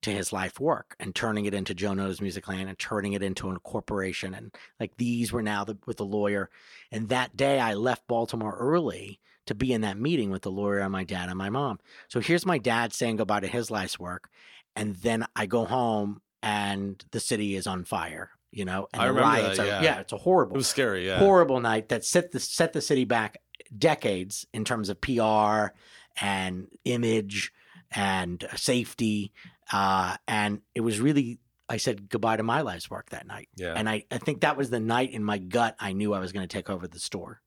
S2: to his life work and turning it into Joe Knows Musicland and turning it into a corporation. And like these were now the, with the lawyer. And that day, I left Baltimore early to be in that meeting with the lawyer and my dad and my mom. So here's my dad saying goodbye to his life's work, and then I go home and the city is on fire. You know, and
S1: I
S2: the
S1: remember that,
S2: riots are
S1: yeah.
S2: it's a horrible
S1: It was scary. Yeah.
S2: horrible night that set the set the city back decades in terms of PR and image and safety. Uh, and it was really I said goodbye to my life's work that night.
S1: Yeah.
S2: And I, I think that was the night in my gut I knew I was going to take over the store.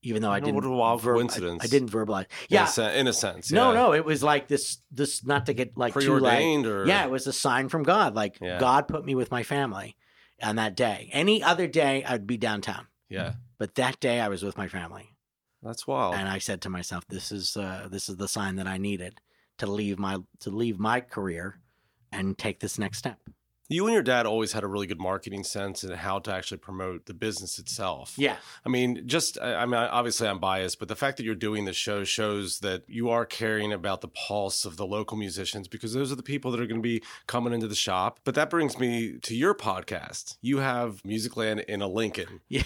S2: Even though I
S1: What a
S2: didn't
S1: wild
S2: verb- I-
S1: coincidence.
S2: I, didn't verbalize.
S1: In
S2: Yeah.
S1: a sen- in a sense.
S2: No,
S1: yeah.
S2: no, it was like this this not to get like too like
S1: preordained or
S2: yeah, it was a sign from God. Like
S1: Yeah.
S2: God put me with my family on that day. Any other day, I'd be downtown.
S1: yeah.
S2: But that day, I was with my family,
S1: That's wild.
S2: and I said to myself, "This is uh, this is the sign that I needed to leave my to leave my career and take this next step."
S1: You and your dad always had a really good marketing sense and how to actually promote the business itself.
S2: Yeah,
S1: I mean, just I I mean, obviously I'm biased, but the fact that you're doing this show shows that you are caring about the pulse of the local musicians because those are the people that are going to be coming into the shop. But that brings me to your podcast. You have Musicland in a Lincoln,
S2: yeah,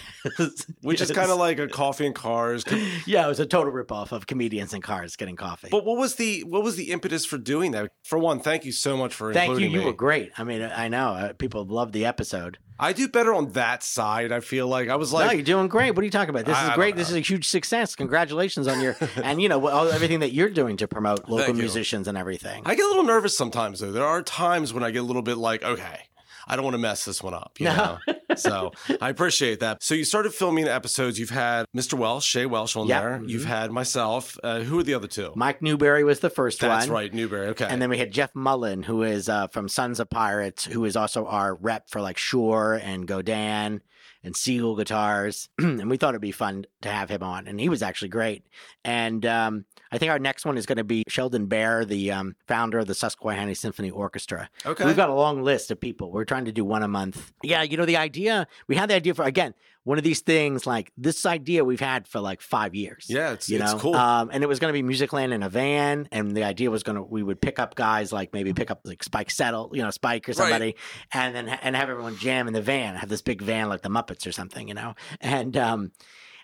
S1: which is kind of like a coffee and cars.
S2: yeah, it was a total ripoff of comedians in cars getting coffee.
S1: But what was the what was the impetus for doing that? For one, thank you so much for
S2: Thank you,
S1: including
S2: you
S1: me.
S2: were great. I mean, I know uh, people loved the episode.
S1: I do better on that side. I feel like I was
S2: no,
S1: like
S2: you're doing great. What are you talking about? This
S1: I- I
S2: is
S1: don't
S2: great. This is a huge success. Congratulations on your and you know all, everything that you're doing to promote local
S1: Thank you.
S2: musicians and everything.
S1: I get a little nervous sometimes, though. There are times when I get a little bit like, okay, I don't want to mess this one up. You
S2: No.
S1: know? so I appreciate that. So you started filming episodes. You've had Mr. Welsh, Shay Welsh on
S2: Yep.
S1: there. You've had myself. Uh, who are the other two?
S2: Mike Newberry was the first
S1: That's
S2: one.
S1: right, Newberry. Okay.
S2: And then we had Jeff Mullen, who is uh, from Sons of Pirates, who is also our rep for like Shore and Godan and Seagull Guitars. and we thought it'd be fun to have him on. And he was actually great. And um, I think our next one is going to be Sheldon Bear, the um, founder of the Susquehanna Symphony Orchestra.
S1: okay.
S2: We've got a long list of people. We're trying to do one a month. Yeah, you know, the idea, we had the idea for, again, one of these things like this idea we've had for like five years
S1: yeah, it's,
S2: you
S1: it's
S2: know
S1: cool.
S2: um, and it was going to be musicland in a van and the idea was going to we would pick up guys like maybe pick up like spike settle you know spike or somebody and then and have everyone jam in the van have this big van like the muppets or something you know and um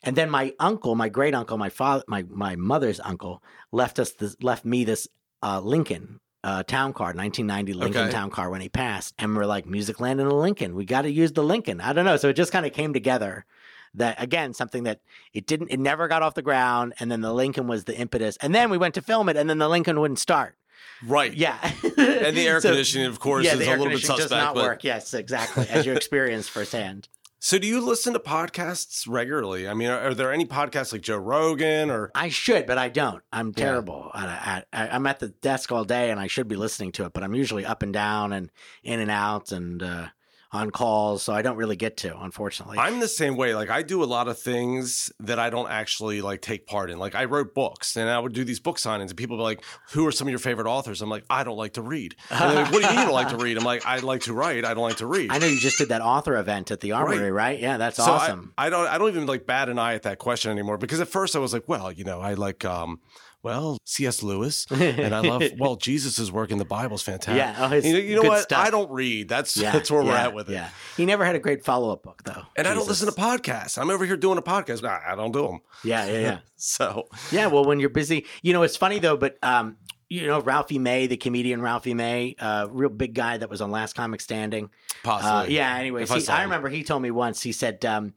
S2: and then my uncle my great uncle my father my my mother's uncle left us this left me this uh lincoln uh, town car, 1990 Lincoln
S1: Okay.
S2: town car when he passed. And we're like, Musicland and a Lincoln. We got to use the Lincoln. I don't know. So it just kind of came together that, again, something that it didn't it never got off the ground and then the lincoln was the impetus and then we went to film it and then the lincoln wouldn't start
S1: right.
S2: yeah
S1: And the air conditioning, of course,
S2: yeah,
S1: is
S2: the
S1: a
S2: air
S1: little bit
S2: conditioning
S1: suspect.
S2: does not
S1: but-
S2: work yes exactly as you experienced firsthand
S1: So, do you listen to podcasts regularly? I mean, are, are there any podcasts like Joe Rogan or
S2: i should but i don't i'm terrible I, I, I- i'm at the desk all day and i should be listening to it but i'm usually up and down and in and out and uh, on calls so i don't really get to unfortunately
S1: I'm the same way. Like I do a lot of things that I don't actually like take part in. Like I wrote books and I would do these book signings and people would be like, Who are some of your favorite authors? I'm like, I don't like to read. And they're like, what do you mean you don't like to read? I'm like, I like to write, I don't like to read.
S2: I know you just did that author event at the armory right, yeah that's
S1: So I-
S2: awesome
S1: I, don't I don't even like bat an eye at that question anymore because at first I was like, well, you know, I like um well, C.S. Lewis, and I love well, Jesus' work in the Bible is fantastic.
S2: Yeah, oh, his
S1: you know, you know
S2: good
S1: what?
S2: stuff.
S1: I don't read. That's
S2: Yeah,
S1: that's where we're
S2: yeah,
S1: at with it.
S2: Yeah, he never had a great follow up book though,
S1: And I don't
S2: Jesus.
S1: listen to podcasts. I'm over here doing a podcast. Nah, I don't do them.
S2: Yeah, yeah, yeah.
S1: So
S2: Yeah, well, when you're busy, you know, it's funny though, but um, you know, Ralphie May, the comedian Ralphie May, uh, real big guy that was on Last Comic Standing. Uh,
S1: possibly,
S2: yeah, anyways,
S1: If I
S2: he-
S1: saw
S2: I,
S1: him.
S2: remember he told me once, he said, um,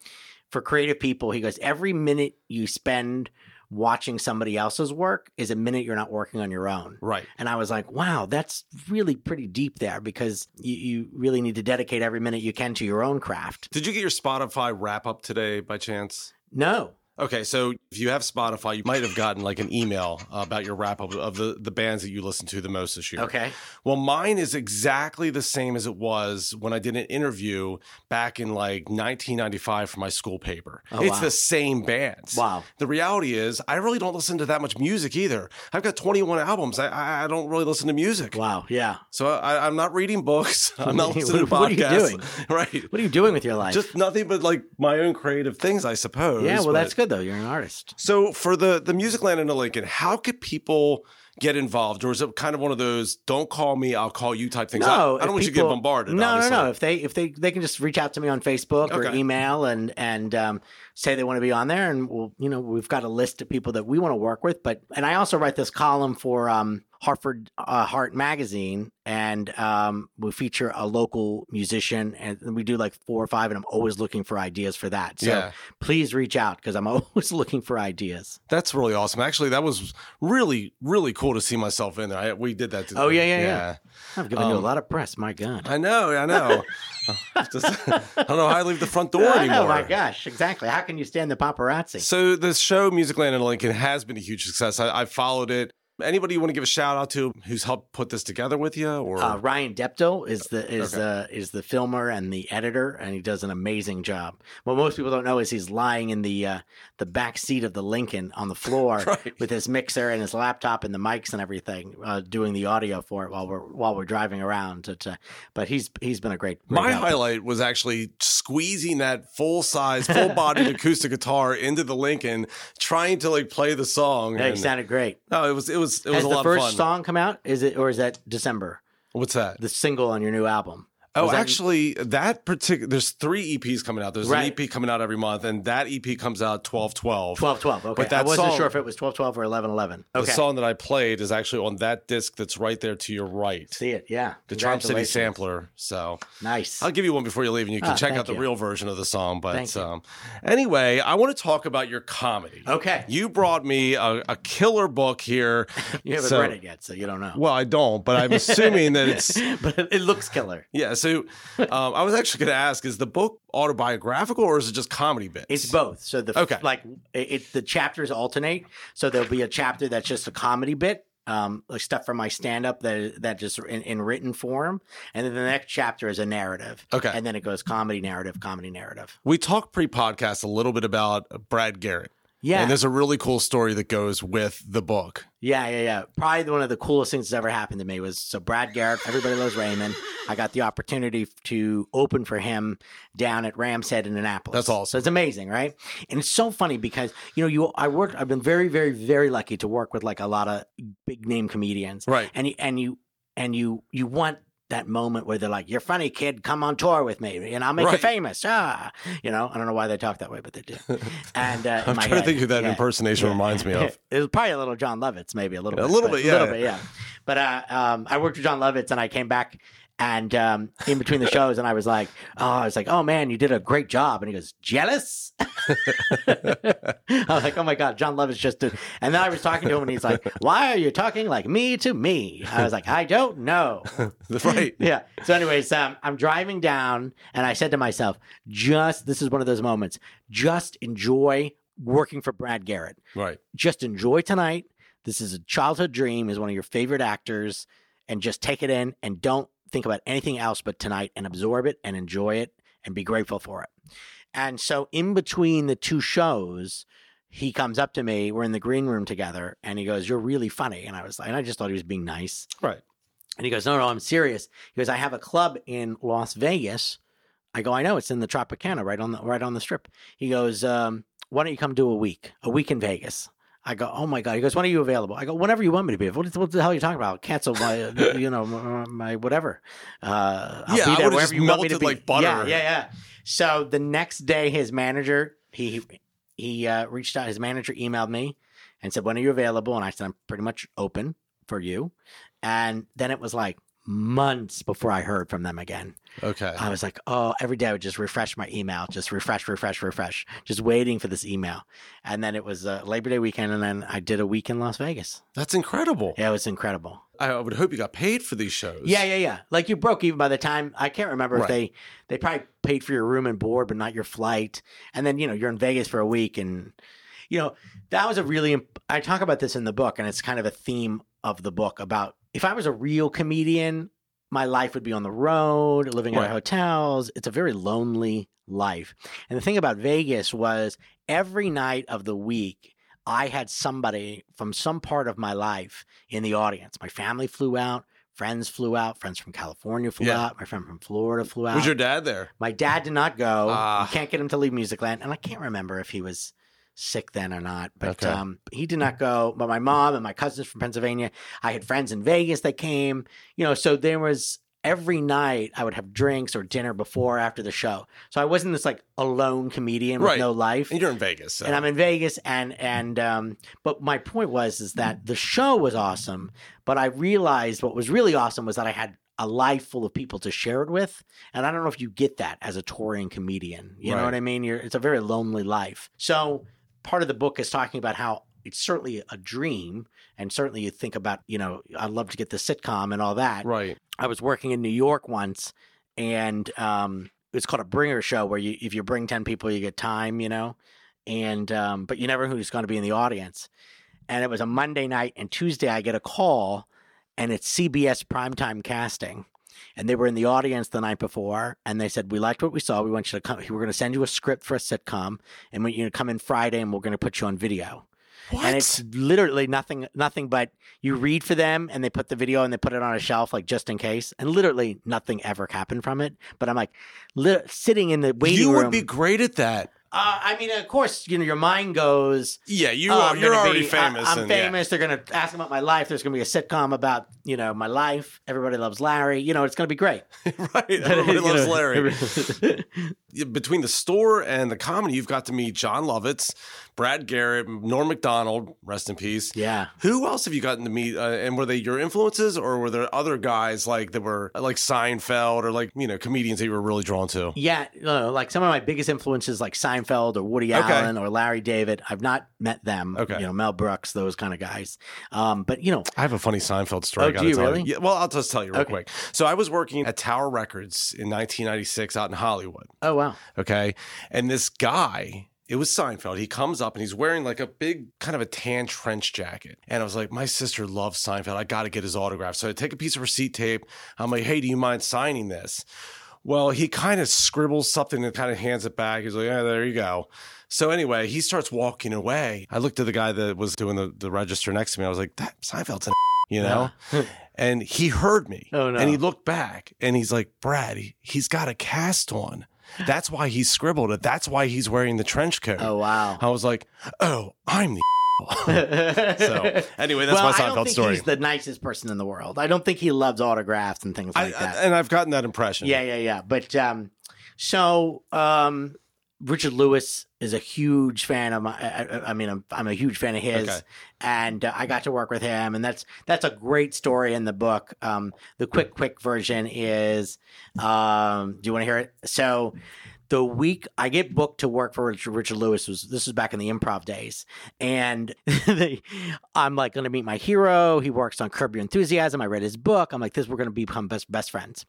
S2: for creative people, he goes, every minute you spend watching somebody else's work is a minute you're not working on your own.
S1: right.
S2: And I was like, wow, that's really pretty deep there because you, you really need to dedicate every minute you can to your own craft.
S1: Did you get your Spotify wrap up today by chance?
S2: No.
S1: Okay, so if you have Spotify, you might have gotten like an email about your wrap up of the, the bands that you listen to the most this year.
S2: Okay.
S1: Well, mine is exactly the same as it was when I did an interview back in like 1995 for my school paper.
S2: Oh,
S1: it's
S2: wow.
S1: the same bands.
S2: Wow.
S1: The reality is, I really don't listen to that much music either. I've got 21 albums. I- I, I don't really listen to music.
S2: Wow. Yeah.
S1: So I, I'm not reading books. I'm not
S2: What
S1: listening to podcasts.
S2: are- what are you
S1: Right.
S2: What are you doing with your life?
S1: Just nothing but like my own creative things, I suppose.
S2: yeah, well,
S1: but-
S2: that's good though. You're an artist.
S1: so for the the music land into Lincoln, how could people get involved, or is it kind of one of those "don't call me, I'll call you" type things? I- I,
S2: if
S1: don't want you to get
S2: people-
S1: bombarded.
S2: No,
S1: obviously.
S2: no, no. If they if they they can just reach out to me on Facebook or
S1: Okay.
S2: email and and um, say they want to be on there, and we'll you know we've got a list of people that we want to work with. But and I also write this column for um, Hartford uh, Heart Magazine, and um, we feature a local musician, and we do like four or five, and I'm always looking for ideas for that. So
S1: Yeah.
S2: please reach out because I'm always looking for ideas.
S1: That's really awesome. Actually, that was really really cool to see myself in there. I, we did that.
S2: Oh, yeah, yeah, yeah. I've given you a
S1: Um,
S2: lot of press. My God.
S1: I know, I know. Just- I don't know how I leave the front door
S2: I
S1: anymore.
S2: know, Oh, my gosh, exactly. How can you stand the paparazzi?
S1: So the show Music Land in Lincoln has been a huge success. I, I followed it. Anybody you want to give a shout out to who's helped put this together with you, or
S2: Uh, Ryan Depto is the is the is the filmer and the editor, and he does an amazing job. What most people don't know is he's lying in the uh, the back seat of the Lincoln on the floor
S1: Right.
S2: with his mixer and his laptop and the mics and everything, uh, doing the audio for it while we're while we're driving around. It's, uh, but he's he's been a great. great
S1: My
S2: help.
S1: highlight was actually squeezing that full size, full bodied acoustic guitar into the Lincoln, trying to like play the song.
S2: Yeah, he
S1: and-
S2: sounded great.
S1: no, it was it was it was
S2: Has
S1: a
S2: the
S1: lot of
S2: first
S1: fun.
S2: song come out? Is it or is that December?
S1: What's that?
S2: The single on your new album.
S1: Oh,
S2: Was that-
S1: actually, that particular there's three EPs coming out. There's
S2: Right.
S1: an EP coming out every month, and that EP comes out twelve twelve.
S2: Twelve twelve. Okay,
S1: that
S2: I wasn't
S1: song-
S2: sure if it was twelve twelve or eleven eleven.
S1: The
S2: Okay,
S1: song that I played is actually on that disc that's right there to your right,
S2: see it. Yeah,
S1: the Charm City
S2: Congratulations.
S1: sampler. So
S2: Nice.
S1: I'll give you one before you leave, and you can
S2: Ah,
S1: check
S2: thank
S1: out the
S2: you.
S1: real version of the song. But
S2: Thank you. Oh.
S1: um, anyway, I want to talk about your comedy.
S2: Okay.
S1: You brought me a, a killer book here.
S2: You haven't
S1: So-
S2: read it yet, so you don't know.
S1: Well, I don't, but I'm assuming that it's
S2: but it looks killer.
S1: yeah. So um, I was actually going to ask: Is the book autobiographical or is it just comedy bits?
S2: It's both. So the
S1: Okay.
S2: like it, it- the chapters alternate. So there'll be a chapter that's just a comedy bit, um, like stuff from my stand up that that just in, in written form, and then the next chapter is a narrative.
S1: Okay.
S2: and then it goes comedy narrative, comedy narrative.
S1: We talked pre-podcast a little bit about Brad Garrett,
S2: Yeah,
S1: and there's a really cool story that goes with the book.
S2: Yeah, yeah, yeah. Probably one of the coolest things that's ever happened to me was so Brad Garrett, everybody loves Raymond. I got the opportunity to open for him down at Ram's Head in Annapolis.
S1: That's awesome.
S2: So it's amazing, right? And it's so funny because, you know, you I worked I've been very, very, very lucky to work with like a lot of big name comedians.
S1: Right.
S2: And you and you and you you want that moment where they're like, You're funny, kid, come on tour with me and I'll make you
S1: Right.
S2: famous. Ah. You know, I don't know why they talk that way, but they do. And uh,
S1: I'm
S2: in my
S1: trying to
S2: head,
S1: think who that
S2: yeah.
S1: impersonation
S2: Yeah.
S1: reminds me of.
S2: It was probably a little John Lovitz, maybe a little
S1: A
S2: bit.
S1: little
S2: but-
S1: bit, yeah,
S2: little bit, yeah. But uh, um, I worked with John Lovitz, and I came back and um, in between the shows, and I was like, oh, I was like, oh man, you did a great job, and he goes, jealous. I was like, oh my god, John Lovitz just did. And then I was talking to him, and he's like, why are you talking like me to me? I was like, I don't know.
S1: right.
S2: Yeah. So, anyways, um, I'm driving down, and I said to myself, just this is one of those moments. Just enjoy working for Brad Garrett
S1: Right.
S2: just enjoy tonight. This is a childhood dream, is one of your favorite actors, and just take it in and don't think about anything else but tonight and absorb it and enjoy it and be grateful for it. And so, in between the two shows, he comes up to me. We're in the green room together, and he goes, "You're really funny." And I was like, and I just thought he was being nice.
S1: Right.
S2: And he goes, No, no, I'm serious. He goes, I have a club in Las Vegas. I go, I know it's in the Tropicana, right on the right on the strip. He goes, um, why don't you come do a week? A week in Vegas. I go, oh my god. He goes, when are you available? I go, whenever you want me to be. What, what the hell are you talking about? Cancel my, uh, you know, my, my whatever. Uh, I'll
S1: Yeah,
S2: be
S1: I
S2: there
S1: would've
S2: wherever
S1: just
S2: you want me to
S1: melted
S2: be.
S1: like butter.
S2: Yeah, yeah, yeah. So the next day, his manager, he he uh, reached out. His manager emailed me and said, when are you available? And I said, I'm pretty much open for you. And then it was like months before I heard from them again.
S1: Okay.
S2: I was like, oh, every day I would just refresh my email, just refresh, refresh, refresh, just waiting for this email. And then it was uh, Labor Day weekend, and then I did a week in Las Vegas.
S1: That's incredible.
S2: Yeah, it was incredible.
S1: I would hope you got paid for these shows.
S2: Yeah, yeah, yeah. Like you broke even by the time I can't remember if
S1: Right.
S2: they they probably paid for your room and board, but not your flight. And then you know you're in Vegas for a week, and you know that was a really. imp- I talk about this in the book, and it's kind of a theme of the book about if I was a real comedian, my life would be on the road, living out
S1: Right.
S2: at hotels. It's a very lonely life. And the thing about Vegas was every night of the week. I had somebody from some part of my life in the audience. My family flew out, friends flew out, friends from California flew
S1: Yeah.
S2: out, my friend from Florida flew out.
S1: Was your dad there?
S2: my dad did not go.
S1: Ah.
S2: You can't get him to leave Musicland, and I can't remember if he was sick then or not. But
S1: Okay.
S2: um, he did not go. But my mom and my cousins from Pennsylvania, I had friends in Vegas that came. You know, so there was every night I would have drinks or dinner before or after the show. So I wasn't this like alone comedian with
S1: Right.
S2: no life
S1: And you're in Vegas. so-
S2: and I'm in Vegas, and and um, but my point was is that the show was awesome, but I realized what was really awesome was that I had a life full of people to share it with, and I don't know if you get that as a touring comedian. You know
S1: Right.
S2: what I mean? You're, it's a very lonely life. So part of the book is talking about how it's certainly a dream, and certainly you think about you know I'd love to get the sitcom and all that.
S1: right.
S2: I was working in New York once, and um, it's called a bringer show where you if you bring ten people, you get time, you know, and um, but you never know who's going to be in the audience. And it was a Monday night and Tuesday, I get a call, and it's CBS primetime casting, and they were in the audience the night before, and they said we liked what we saw. We want you to come. We're going to send you a script for a sitcom, and we- you're going to come in Friday, and we're going to put you on video.
S1: What?
S2: And it's literally nothing, nothing but you read for them, and they put the video and they put it on a shelf, like just in case. And literally nothing ever happened from it. But I'm like lit- sitting in the waiting
S1: you
S2: room.
S1: would be great at that.
S2: uh, I mean, of course, you know your mind goes.
S1: Yeah, you
S2: oh,
S1: are.
S2: I'm
S1: You're
S2: gonna
S1: already
S2: be- I-
S1: famous.
S2: I'm
S1: and, yeah.
S2: famous. They're gonna ask about my life. There's gonna be a sitcom about you know my life. Everybody loves Larry. You know, it's gonna be great.
S1: right. Everybody
S2: You
S1: loves
S2: know,
S1: Larry. Between the store and the comedy, you've got to meet John Lovitz, Brad Garrett, Norm McDonald, rest in peace.
S2: yeah.
S1: Who else have you gotten to meet? Uh, and were they your influences, or were there other guys like that were like Seinfeld or like you know comedians that you were really drawn to?
S2: Yeah, no, like some of my biggest influences, like Seinfeld or Woody
S1: Okay.
S2: Allen or Larry David. I've not met them.
S1: Okay.
S2: you know Mel Brooks, those kind of guys. Um, but you know,
S1: I have a funny Seinfeld story.
S2: Oh,
S1: I gotta
S2: do you
S1: tell
S2: really?
S1: Yeah, well, I'll just tell you real
S2: Okay.
S1: quick. So I was working at Tower Records in 1996 out in Hollywood.
S2: oh wow,
S1: Okay. And this guy, it was Seinfeld. He comes up and he's wearing like a big kind of a tan trench jacket. And I was like, my sister loves Seinfeld. I got to get his autograph. So I take a piece of receipt tape. I'm like, hey, do you mind signing this? Well, he kind of scribbles something and kind of hands it back. He's like, oh, there you go. So anyway, he starts walking away. I looked at the guy that was doing the, the register next to me. I was like, that Seinfeld's an you know? and he heard me.
S2: Oh, no.
S1: And he looked back and he's like, Brad, he, he's got a cast on. That's why he scribbled it. That's why he's wearing the trench coat.
S2: oh wow.
S1: I was like, oh, I'm the. So anyway, that's my
S2: well, I don't
S1: Seinfeld
S2: think
S1: story.
S2: he's the nicest person in the world. I don't think he loves autographs and things
S1: I,
S2: like
S1: I-
S2: that.
S1: and I've gotten that impression.
S2: yeah, yeah, yeah. But um, so um, Richard Lewis is a huge fan of my. I, I- I mean, I'm, I'm a huge fan of his,
S1: Okay.
S2: and uh, I got to work with him, and that's that's a great story in the book. Um, the quick, quick version is. Um, do you want to hear it? So. The week I get booked to work for Richard, Richard Lewis was this was back in the improv days, and they, I'm like going to meet my hero. He works on Curb Your Enthusiasm. I read his book. I'm like this. We're going to become best best friends.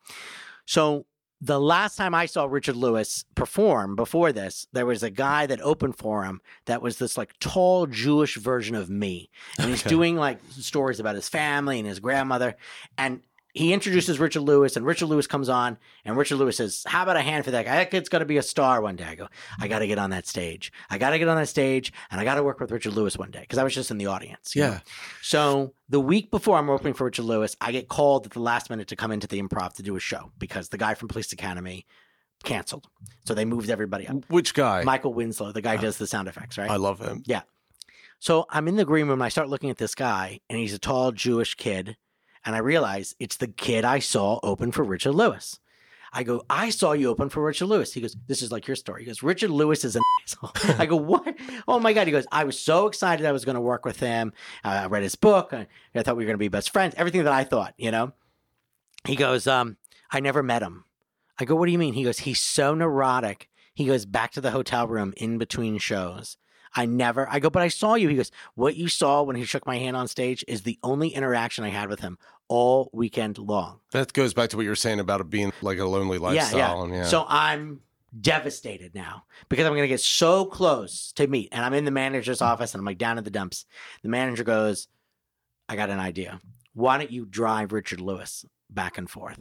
S2: So the last time I saw Richard Lewis perform before this, there was a guy that opened for him that was this like tall Jewish version of me. And he's doing like stories about his family and his grandmother. And he introduces Richard Lewis, and Richard Lewis comes on, and Richard Lewis says, How about a hand for that guy? That kid's going to be a star one day. I go, I got to get on that stage. I got to get on that stage, and I got to work with Richard Lewis one day because I was just in the audience. you know?
S1: Yeah.
S2: So the week before I'm opening for Richard Lewis, I get called at the last minute to come into the improv to do a show because the guy from Police Academy canceled. So they moved everybody up.
S1: Which guy?
S2: Michael Winslow, the guy who does the sound effects, right?
S1: I love him.
S2: So I'm in the green room and I start looking at this guy, and he's a tall Jewish kid. And I realize it's the kid I saw open for Richard Lewis. I go, I saw you open for Richard Lewis. He goes, This is like your story. He goes, Richard Lewis is an asshole. I go, What? Oh my God. He goes, I was so excited I was going to work with him. Uh, I read his book. I, I thought we were going to be best friends. Everything that I thought, you know? He goes, um, I never met him. I go, What do you mean? He goes, He's so neurotic. He goes back to the hotel room in between shows. I never, I go, but I saw you. He goes, What you saw when he shook my hand on stage is the only interaction I had with him all weekend long.
S1: That goes back to what you were saying about it being like a lonely lifestyle. And yeah.
S2: So I'm devastated now because I'm going to get so close to meet. And I'm in the manager's office and I'm like down in the dumps. The manager goes, I got an idea. Why don't you drive Richard Lewis back and forth?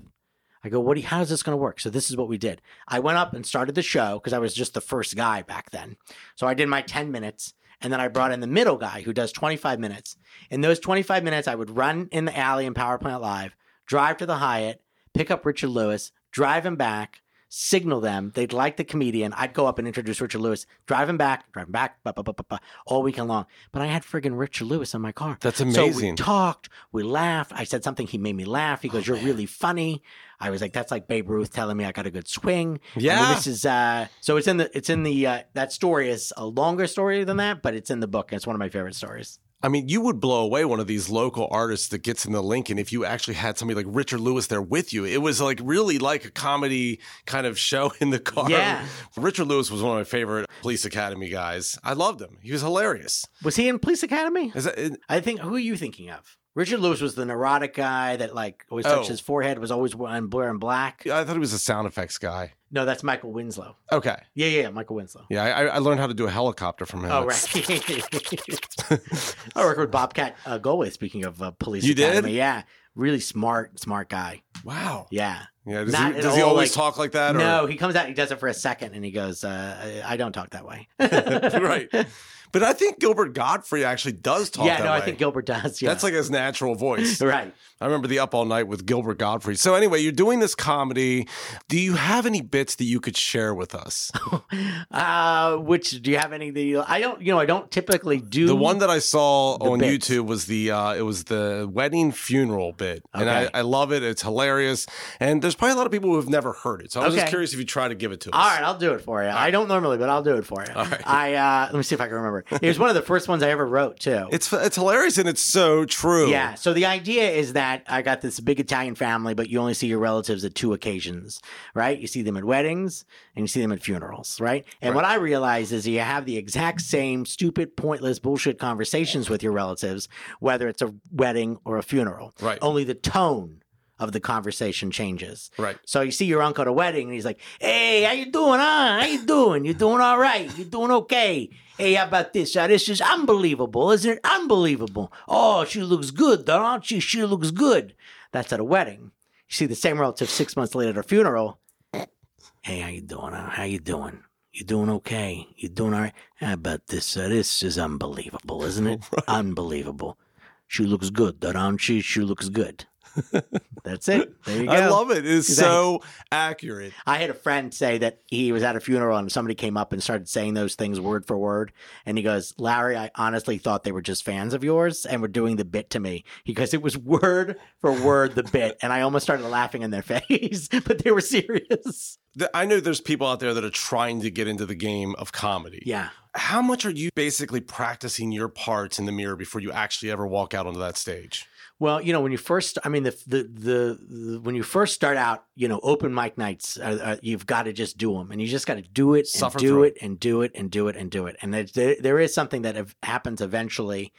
S2: I go, what? Do you, how is this going to work? So this is what we did. I went up and started the show because I was just the first guy back then. So I did my 10 minutes and then I brought in the middle guy who does 25 minutes. In those 25 minutes, I would run in the alley in Power Plant Live, drive to the Hyatt, pick up Richard Lewis, drive him back, signal them. They'd like the comedian. I'd go up and introduce Richard Lewis, drive him back, drive him back, ba ba ba ba ba, all weekend long. But I had friggin' Richard Lewis in my car.
S1: That's
S2: So we
S1: amazing. Oh,
S2: talked, we laughed. I said something, he made me laugh. He goes, You're really funny. I was like, That's like Babe Ruth telling me I got a good swing. I mean,
S1: Yeah.
S2: this is uh so it's in the it's in the uh that story is a longer story than that, but it's in the book. and It's one of my favorite stories.
S1: I mean, you would blow away one of these local artists that gets in the Lincoln if you actually had somebody like Richard Lewis there with you. It was like really like a comedy kind of show in the car.
S2: Yeah.
S1: Richard Lewis was one of my favorite Police Academy guys. I loved him. He was hilarious.
S2: Was he in Police Academy?
S1: Is that,
S2: I think who are you thinking of? Richard Lewis was the neurotic guy that like always touched
S1: Oh.
S2: his forehead, was always wearing blur and black.
S1: I thought he was a sound effects guy.
S2: No, that's Michael Winslow.
S1: Okay.
S2: Yeah, yeah, yeah, Michael Winslow.
S1: Yeah, I, I learned how to do a helicopter from him.
S2: Oh right. I worked with Bobcat uh, Galway. Speaking of uh, police,
S1: You did?
S2: academy. Yeah, really smart, smart guy.
S1: Wow.
S2: Yeah.
S1: Yeah. Does,
S2: Not
S1: he,
S2: at
S1: does he
S2: all,
S1: always
S2: like-
S1: talk like that?
S2: No, he comes out. He does it for a second, and he goes, uh, "I I don't talk that way."
S1: Or? right. But I think Gilbert Godfrey actually does talk
S2: yeah,
S1: that
S2: no, I
S1: way.
S2: think Gilbert does. Yeah,
S1: That's like his natural voice.
S2: right.
S1: I remember the Up All Night with Gilbert Godfrey. So anyway, you're doing this comedy. Do you have any bits that you could share with us?
S2: Uh, which do you have any? The I don't. You know, I don't typically do
S1: The one that I saw
S2: The
S1: on
S2: bits.
S1: YouTube was the uh, it was the wedding funeral bit, and I,
S2: Okay.
S1: I love it. It's hilarious, and there's probably a lot of people who have never heard it. So I was just
S2: Okay.
S1: curious if you try to give it to us.
S2: All right, I'll do it for you. I don't normally, but I'll do it for you. I uh, let me see if I can remember. It was one of the first ones I ever wrote too.
S1: It's it's hilarious and it's so true.
S2: Yeah. So the idea is that I got this big Italian family, but you only see your relatives at two occasions, right? You see them at weddings and you see them at funerals, right? And what I realize is you have the exact same stupid, pointless, bullshit conversations with your relatives, whether it's a wedding or a funeral.
S1: Right.
S2: Only the tone of the conversation changes.
S1: Right.
S2: So you see your uncle at a wedding, and he's like, "Hey, how you doing? Huh? How you doing? You doing all right? You doing okay? Hey, how about this? Uh, this is unbelievable, isn't it? Unbelievable. Oh, she looks good, don't she? She looks good. That's at a wedding. You see the same relative six months later at her funeral. Hey, how you doing? Huh? How you doing? You doing okay? You doing all right? How about this? Uh, this is unbelievable, isn't it? Unbelievable. She looks good, don't she? She looks good. That's it. There you go.
S1: I love it. It is
S2: Thanks.
S1: so accurate.
S2: I had a friend say that he was at a funeral and somebody came up and started saying those things word for word. And he goes, Larry, I honestly thought they were just fans of yours and were doing the bit to me. He goes, it was word for word the bit. And I almost started laughing in their face, but they were serious.
S1: Th- I know there's people out there that are trying to get into the game of comedy.
S2: Yeah.
S1: How much are you basically practicing your parts in the mirror before you actually ever walk out onto that stage?
S2: Well, you know, when you first, I mean, the, the, the, the when you first start out, you know, open mic nights, uh, uh, you've got to just do them and you just got to do it
S1: Suffer
S2: and do
S1: through
S2: it and do it and do it and do it. And there, there, there is something that ev- happens eventually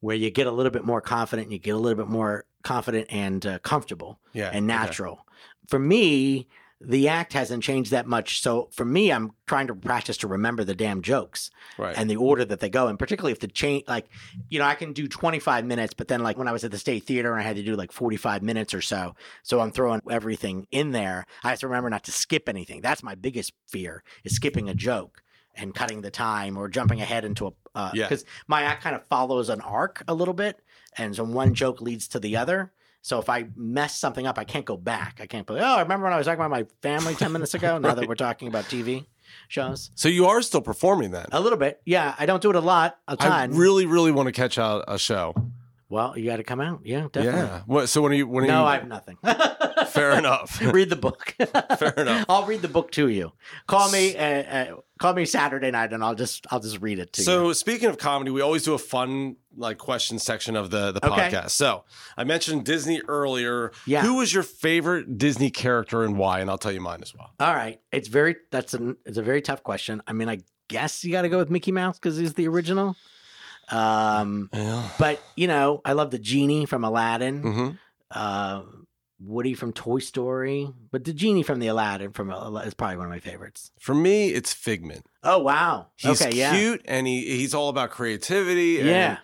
S2: where you get a little bit more confident and you get a little bit more confident and uh, comfortable
S1: Yeah.
S2: and
S1: okay.
S2: natural. For me, the act hasn't changed that much. So for me, I'm trying to practice to remember the damn jokes
S1: Right.
S2: and the order that they go and particularly if the change like you know i can do 25 minutes but then like when i was at the state theater and i had to do like 45 minutes or so so i'm throwing everything in there i have to remember not to skip anything that's my biggest fear is skipping a joke and cutting the time or jumping ahead into a uh
S1: Yeah.
S2: because my act kind of follows an arc a little bit and so one joke leads to the other so if I mess something up, I can't go back. I can't be like, oh, I remember when I was talking about my family 10 minutes ago, now that we're talking about TV. shows.
S1: So you are still performing then?
S2: A little bit, yeah. I don't do it a lot, a
S1: I
S2: ton.
S1: really, really want to catch out a show.
S2: well, you got to come out, yeah, definitely.
S1: Yeah. What, so when are you? When are
S2: No,
S1: you?
S2: I have nothing.
S1: Fair enough.
S2: read the book.
S1: Fair enough.
S2: I'll read the book to you. Call me. Uh, uh, call me Saturday night, and I'll just I'll just read it to you.
S1: So speaking of comedy, we always do a fun like question section of the the
S2: Okay.
S1: podcast. So I mentioned Disney earlier.
S2: Yeah.
S1: Who was your favorite Disney character and why? And I'll tell you mine as well.
S2: All right, it's very that's an it's a very tough question. I mean, I guess you got to go with Mickey Mouse because he's the original. Um,
S1: Yeah.
S2: but you know, I love the genie from Aladdin,
S1: hmm
S2: uh, Woody from Toy Story, but the genie from the Aladdin from Al- is probably one of my favorites.
S1: For me, it's Figment.
S2: Oh wow,
S1: He's
S2: okay, yeah,
S1: cute and he he's all about creativity. and
S2: yeah,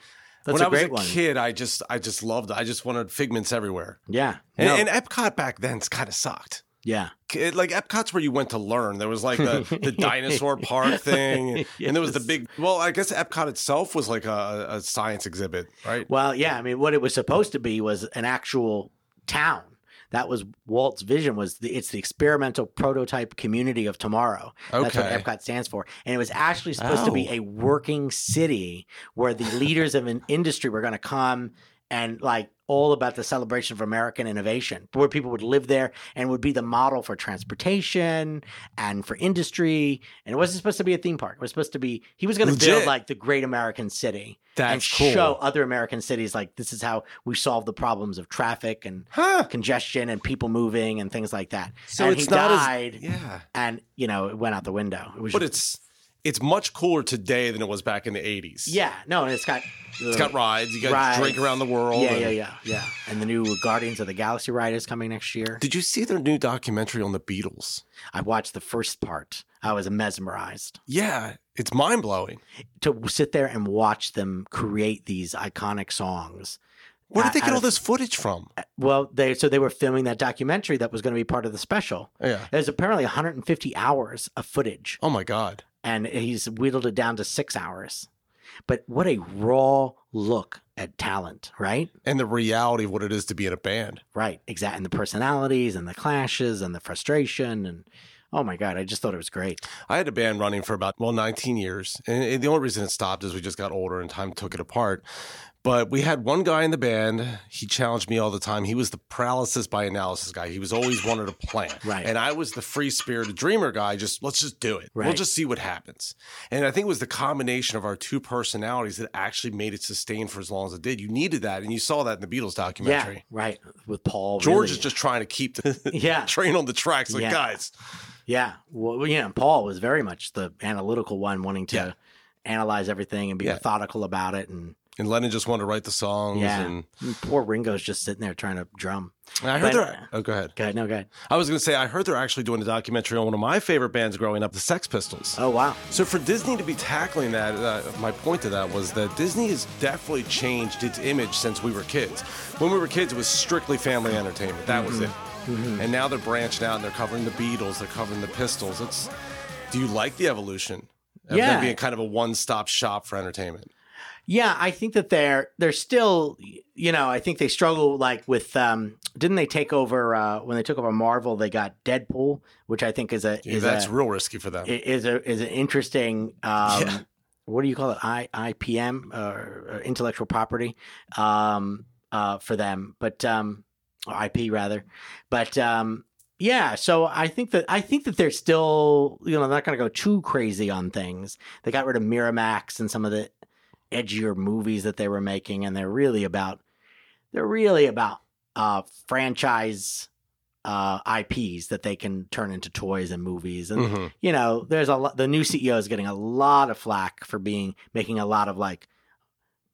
S2: that's
S1: when I
S2: a great
S1: was a
S2: one.
S1: kid, I just I just loved. It. I just wanted Figments everywhere.
S2: Yeah,
S1: And,
S2: No,
S1: and Epcot back then kind of sucked.
S2: yeah,
S1: It, like Epcot's where you went to learn. There was like the, the dinosaur park thing, and there was the
S2: Yes.
S1: big. Well, I guess Epcot itself was like a, a science exhibit, right?
S2: Well, yeah, I mean, what it was supposed to be was an actual town. That was Walt's vision. Was the, it's the experimental prototype community of tomorrow. That's what
S1: Okay.
S2: Epcot stands for, and it was actually supposed to be
S1: Oh.
S2: a working city where the leaders of an industry were going to come and like all about the celebration of American innovation, where people would live there and would be the model for transportation and for industry. And it wasn't supposed to be a theme park. It was supposed to be he was going to build
S1: Legit.
S2: like the great American city and
S1: That's cool.
S2: show other American cities like this is how we solve the problems of traffic and
S1: Huh.
S2: congestion and people moving and things like that.
S1: So
S2: and
S1: it's
S2: he
S1: not as-
S2: died,
S1: Yeah,
S2: and you know it went out the window. It was
S1: but it's it's much cooler today than it was back in the eighties.
S2: yeah, no, and it's got
S1: it's got rides. You got
S2: Rides.
S1: drink around the world.
S2: yeah,
S1: and-
S2: yeah, yeah, yeah. And the new Guardians of the Galaxy ride is coming next year.
S1: Did you see their new documentary on the Beatles?
S2: I watched the first part. I was mesmerized
S1: Yeah, it's mind blowing.
S2: to sit there and watch them create these iconic songs
S1: Where did they
S2: I-
S1: get
S2: I
S1: all
S2: was-
S1: this footage from?
S2: Well, they so they were filming that documentary that was going to be part of the special.
S1: Yeah.
S2: There's apparently 150 hours of footage,
S1: Oh my god.
S2: and he's whittled it down to six hours. But what a raw look at talent, right?
S1: And the reality of what it is to be in a band.
S2: Right, exactly. And the personalities, and the clashes, and the frustration, and oh my god, I just thought it was great.
S1: I had a band running for about well 19 years, and, and the only reason it stopped is we just got older and time took it apart. But we had one guy in the band. He challenged me all the time. He was the paralysis by analysis guy. He was always wanted a plan,
S2: Right.
S1: And I was the free spirited dreamer guy. Just let's just do it. We'll
S2: Right.
S1: just see what happens. And I think it was the combination of our two personalities that actually made it sustained for as long as it did. You needed that, and you saw that in the Beatles
S2: Yeah,
S1: documentary.
S2: right. With Paul,
S1: George
S2: really-
S1: is just trying to keep the
S2: Yeah.
S1: train on the tracks. Like
S2: Yeah.
S1: guys,
S2: Yeah. Well, yeah. And Paul was very much the analytical one, wanting to analyze everything and be
S1: Yeah.
S2: methodical about it, and
S1: and Lennon just wanted to write the songs.
S2: Yeah.
S1: and
S2: Poor Ringo's just sitting there trying to drum.
S1: I heard
S2: But- uh,
S1: they're. Oh, go ahead.
S2: Go ahead, no, go ahead.
S1: I was going to say, I heard they're actually doing a documentary on one of my favorite bands growing up, the Sex Pistols.
S2: Oh wow,
S1: So for Disney to be tackling that, uh, my point to that was that Disney has definitely changed its image since we were kids. When we were kids, it was strictly family entertainment. That
S2: Mm-hmm.
S1: was it. And now they're branching out and they're covering the Beatles, they're covering the Pistols. It's. Do you like the evolution? Of them
S2: Yeah.
S1: being kind of a one-stop shop for entertainment.
S2: yeah. I think that they're they're still, you know, I think they struggle like with um. Didn't they take over uh, when they took over Marvel? They got Deadpool, which I think is a
S1: Yeah,
S2: is
S1: that's
S2: a,
S1: real risky for them.
S2: i- is a is an interesting. Um,
S1: Yeah.
S2: What do you call it? I IPM or or uh, intellectual property um, uh, for them, but um, or IP rather. But um, yeah, so I think that I think that they're still you know they're not going to go too crazy on things. They got rid of Miramax and some of the edgier movies that they were making, and they're really about they're really about uh, franchise uh, IPs that they can turn into toys and movies, and
S1: Mhm.
S2: you know, there's a lot, the new CEO is getting a lot of flack for being making a lot of like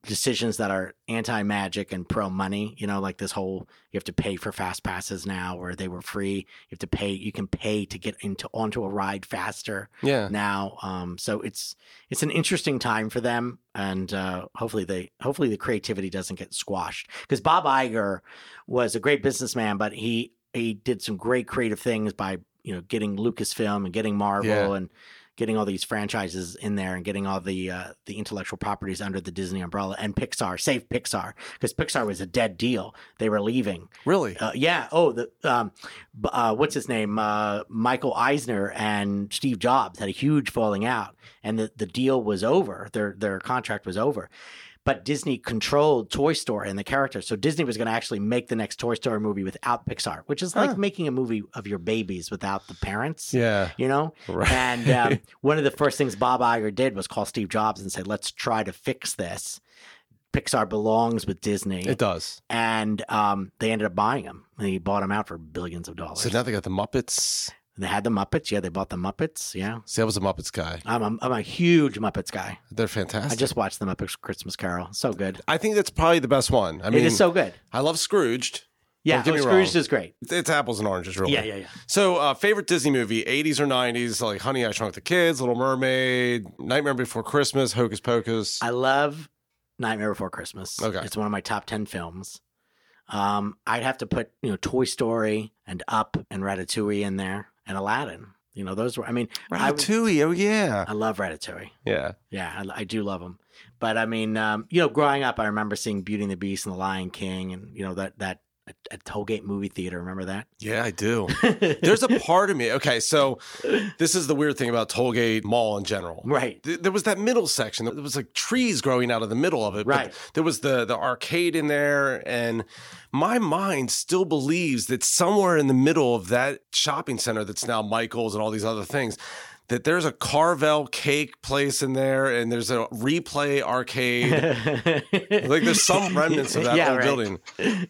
S2: decisions that are anti magic and pro money. You know, like this whole you have to pay for fast passes now where they were free. You have to pay, you can pay to get into onto a ride faster
S1: Yeah.
S2: now. Um, so it's it's an interesting time for them, and uh, hopefully they hopefully the creativity doesn't get squashed because Bob Iger was a great businessman, but he he did some great creative things by you know getting Lucasfilm and getting Marvel
S1: Yeah.
S2: and getting all these franchises in there and getting all the uh, the intellectual properties under the Disney umbrella and Pixar, save Pixar because Pixar was a dead deal. They were leaving.
S1: Really?
S2: Uh, yeah. Oh, the um, b- uh, what's his name? Uh, Michael Eisner and Steve Jobs had a huge falling out, and the, the deal was over. Their their contract was over. But Disney controlled Toy Story and the character, so Disney was going to actually make the next Toy Story movie without Pixar, which is like
S1: Huh.
S2: making a movie of your babies without the parents.
S1: yeah.
S2: You know,
S1: Right.
S2: and um, one of the first things Bob Iger did was call Steve Jobs and say, "Let's try to fix this. Pixar belongs with Disney."
S1: it does.
S2: and um, they ended up buying him. And he bought him out for billions of dollars.
S1: So now they got the Muppets.
S2: they had the Muppets. Yeah, they bought the Muppets. Yeah,
S1: See, I was a Muppets guy.
S2: I'm a, I'm a huge Muppets guy.
S1: They're
S2: I
S1: fantastic.
S2: just watched the Muppets Christmas Carol. So good.
S1: I think that's probably the best one. I
S2: it
S1: mean,
S2: is so good.
S1: I love Scrooged.
S2: Yeah,
S1: get
S2: oh,
S1: me
S2: Scrooge
S1: wrong.
S2: is great.
S1: It's- It's apples and oranges, really.
S2: Yeah, yeah, yeah.
S1: So, uh, favorite Disney movie, 80s or 90s, like Honey, I Shrunk the Kids, Little Mermaid, Nightmare Before Christmas, Hocus Pocus.
S2: I love Nightmare Before Christmas.
S1: Okay.
S2: It's one of my top 10 films. Um, I'd have to put, you know, Toy Story and Up and Ratatouille in there and Aladdin. You know, those were, I mean, I,
S1: Ratatouille, oh yeah.
S2: I love Ratatouille.
S1: Yeah.
S2: Yeah, I, I do love them. But I mean, um, you know, growing up, I remember seeing Beauty and the Beast and The Lion King and, you know, that, that, at, at Tollgate movie theater. Remember that?
S1: Yeah, I do. There's a part of me. Okay, so this is the weird thing about Tollgate Mall in general.
S2: right.
S1: Th- There was that middle section. There was like trees growing out of the middle of it. but
S2: Right.
S1: There was the the arcade in there, and my mind still believes that somewhere in the middle of that shopping center that's now Michaels and all these other things, that there's a Carvel cake place in there, and there's a replay arcade. like
S2: like
S1: there's some remnants of that
S2: yeah,
S1: old
S2: right.
S1: building,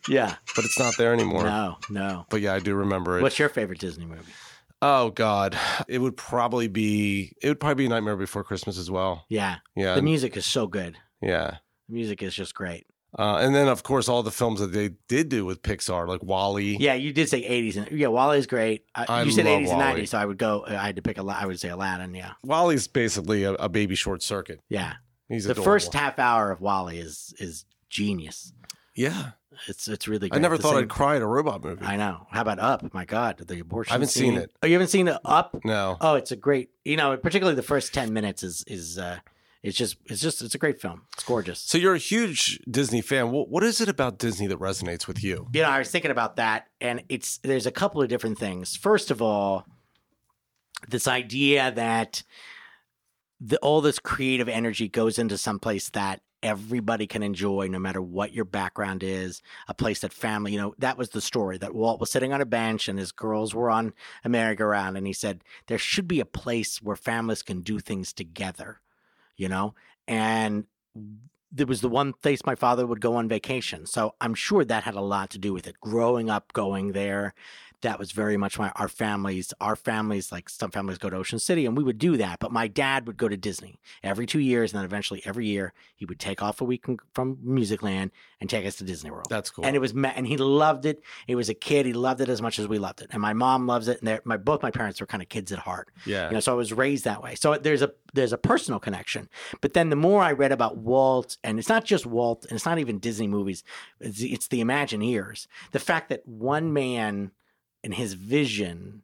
S2: Yeah.
S1: but it's not there anymore.
S2: No, no.
S1: But yeah, I do remember it.
S2: What's your favorite Disney movie?
S1: Oh God, it would probably be it would probably be Nightmare Before Christmas as well.
S2: Yeah.
S1: Yeah,
S2: The music is so good.
S1: yeah,
S2: The music is just great.
S1: uh, and then of course all the films that they did do with Pixar, like Wally.
S2: Yeah, you did say 80s. And, yeah, Wally's great. I,
S1: I
S2: you said
S1: love
S2: 80s and
S1: Wally.
S2: 90s, so I would go, uh, I had to pick a lot. I would say Aladdin. Yeah.
S1: Wally's basically a, a baby short circuit.
S2: Yeah.
S1: He's
S2: the
S1: adorable.
S2: first half hour of Wally is is genius.
S1: Yeah,
S2: It's it's really
S1: I
S2: great.
S1: never
S2: The
S1: thought
S2: same-
S1: I'd cry at a robot movie.
S2: I know. How about Up? My God, the abortion.
S1: haven't seen
S2: scene.
S1: it.
S2: Oh, you haven't seen the Up?
S1: no,
S2: Oh, it's a great. You know, particularly the first ten minutes is is uh, it's just it's just it's a great film. It's gorgeous.
S1: so you're a huge Disney fan. What, what is it about Disney that resonates with you?
S2: You know, I was thinking about that, and it's there's a couple of different things. First of all, this idea that the, all this creative energy goes into someplace that everybody can enjoy, no matter what your background is. A place that family, you know, that was the story that Walt was sitting on a bench and his girls were on a merry-go-round, and he said there should be a place where families can do things together, you know, and there was the one place my father would go on vacation. So I'm sure that had a lot to do with it. Growing up, going there, that was very much my our families. Our families, like some families, go to Ocean City, and we would do that. But my dad would go to Disney every two years, and then eventually every year he would take off a week from Musicland and take us to Disney World.
S1: That's cool.
S2: And it was, ma- and he loved it. He was a kid. He loved it as much as we loved it. And my mom loves it. And they're- my both my parents were kind of kids at heart.
S1: yeah,
S2: You know, so I was raised that way. So there's a there's a personal connection. But then the more I read about Walt, and it's not just Walt, and it's not even Disney movies. It's, it's the Imagineers. The fact that one man and his vision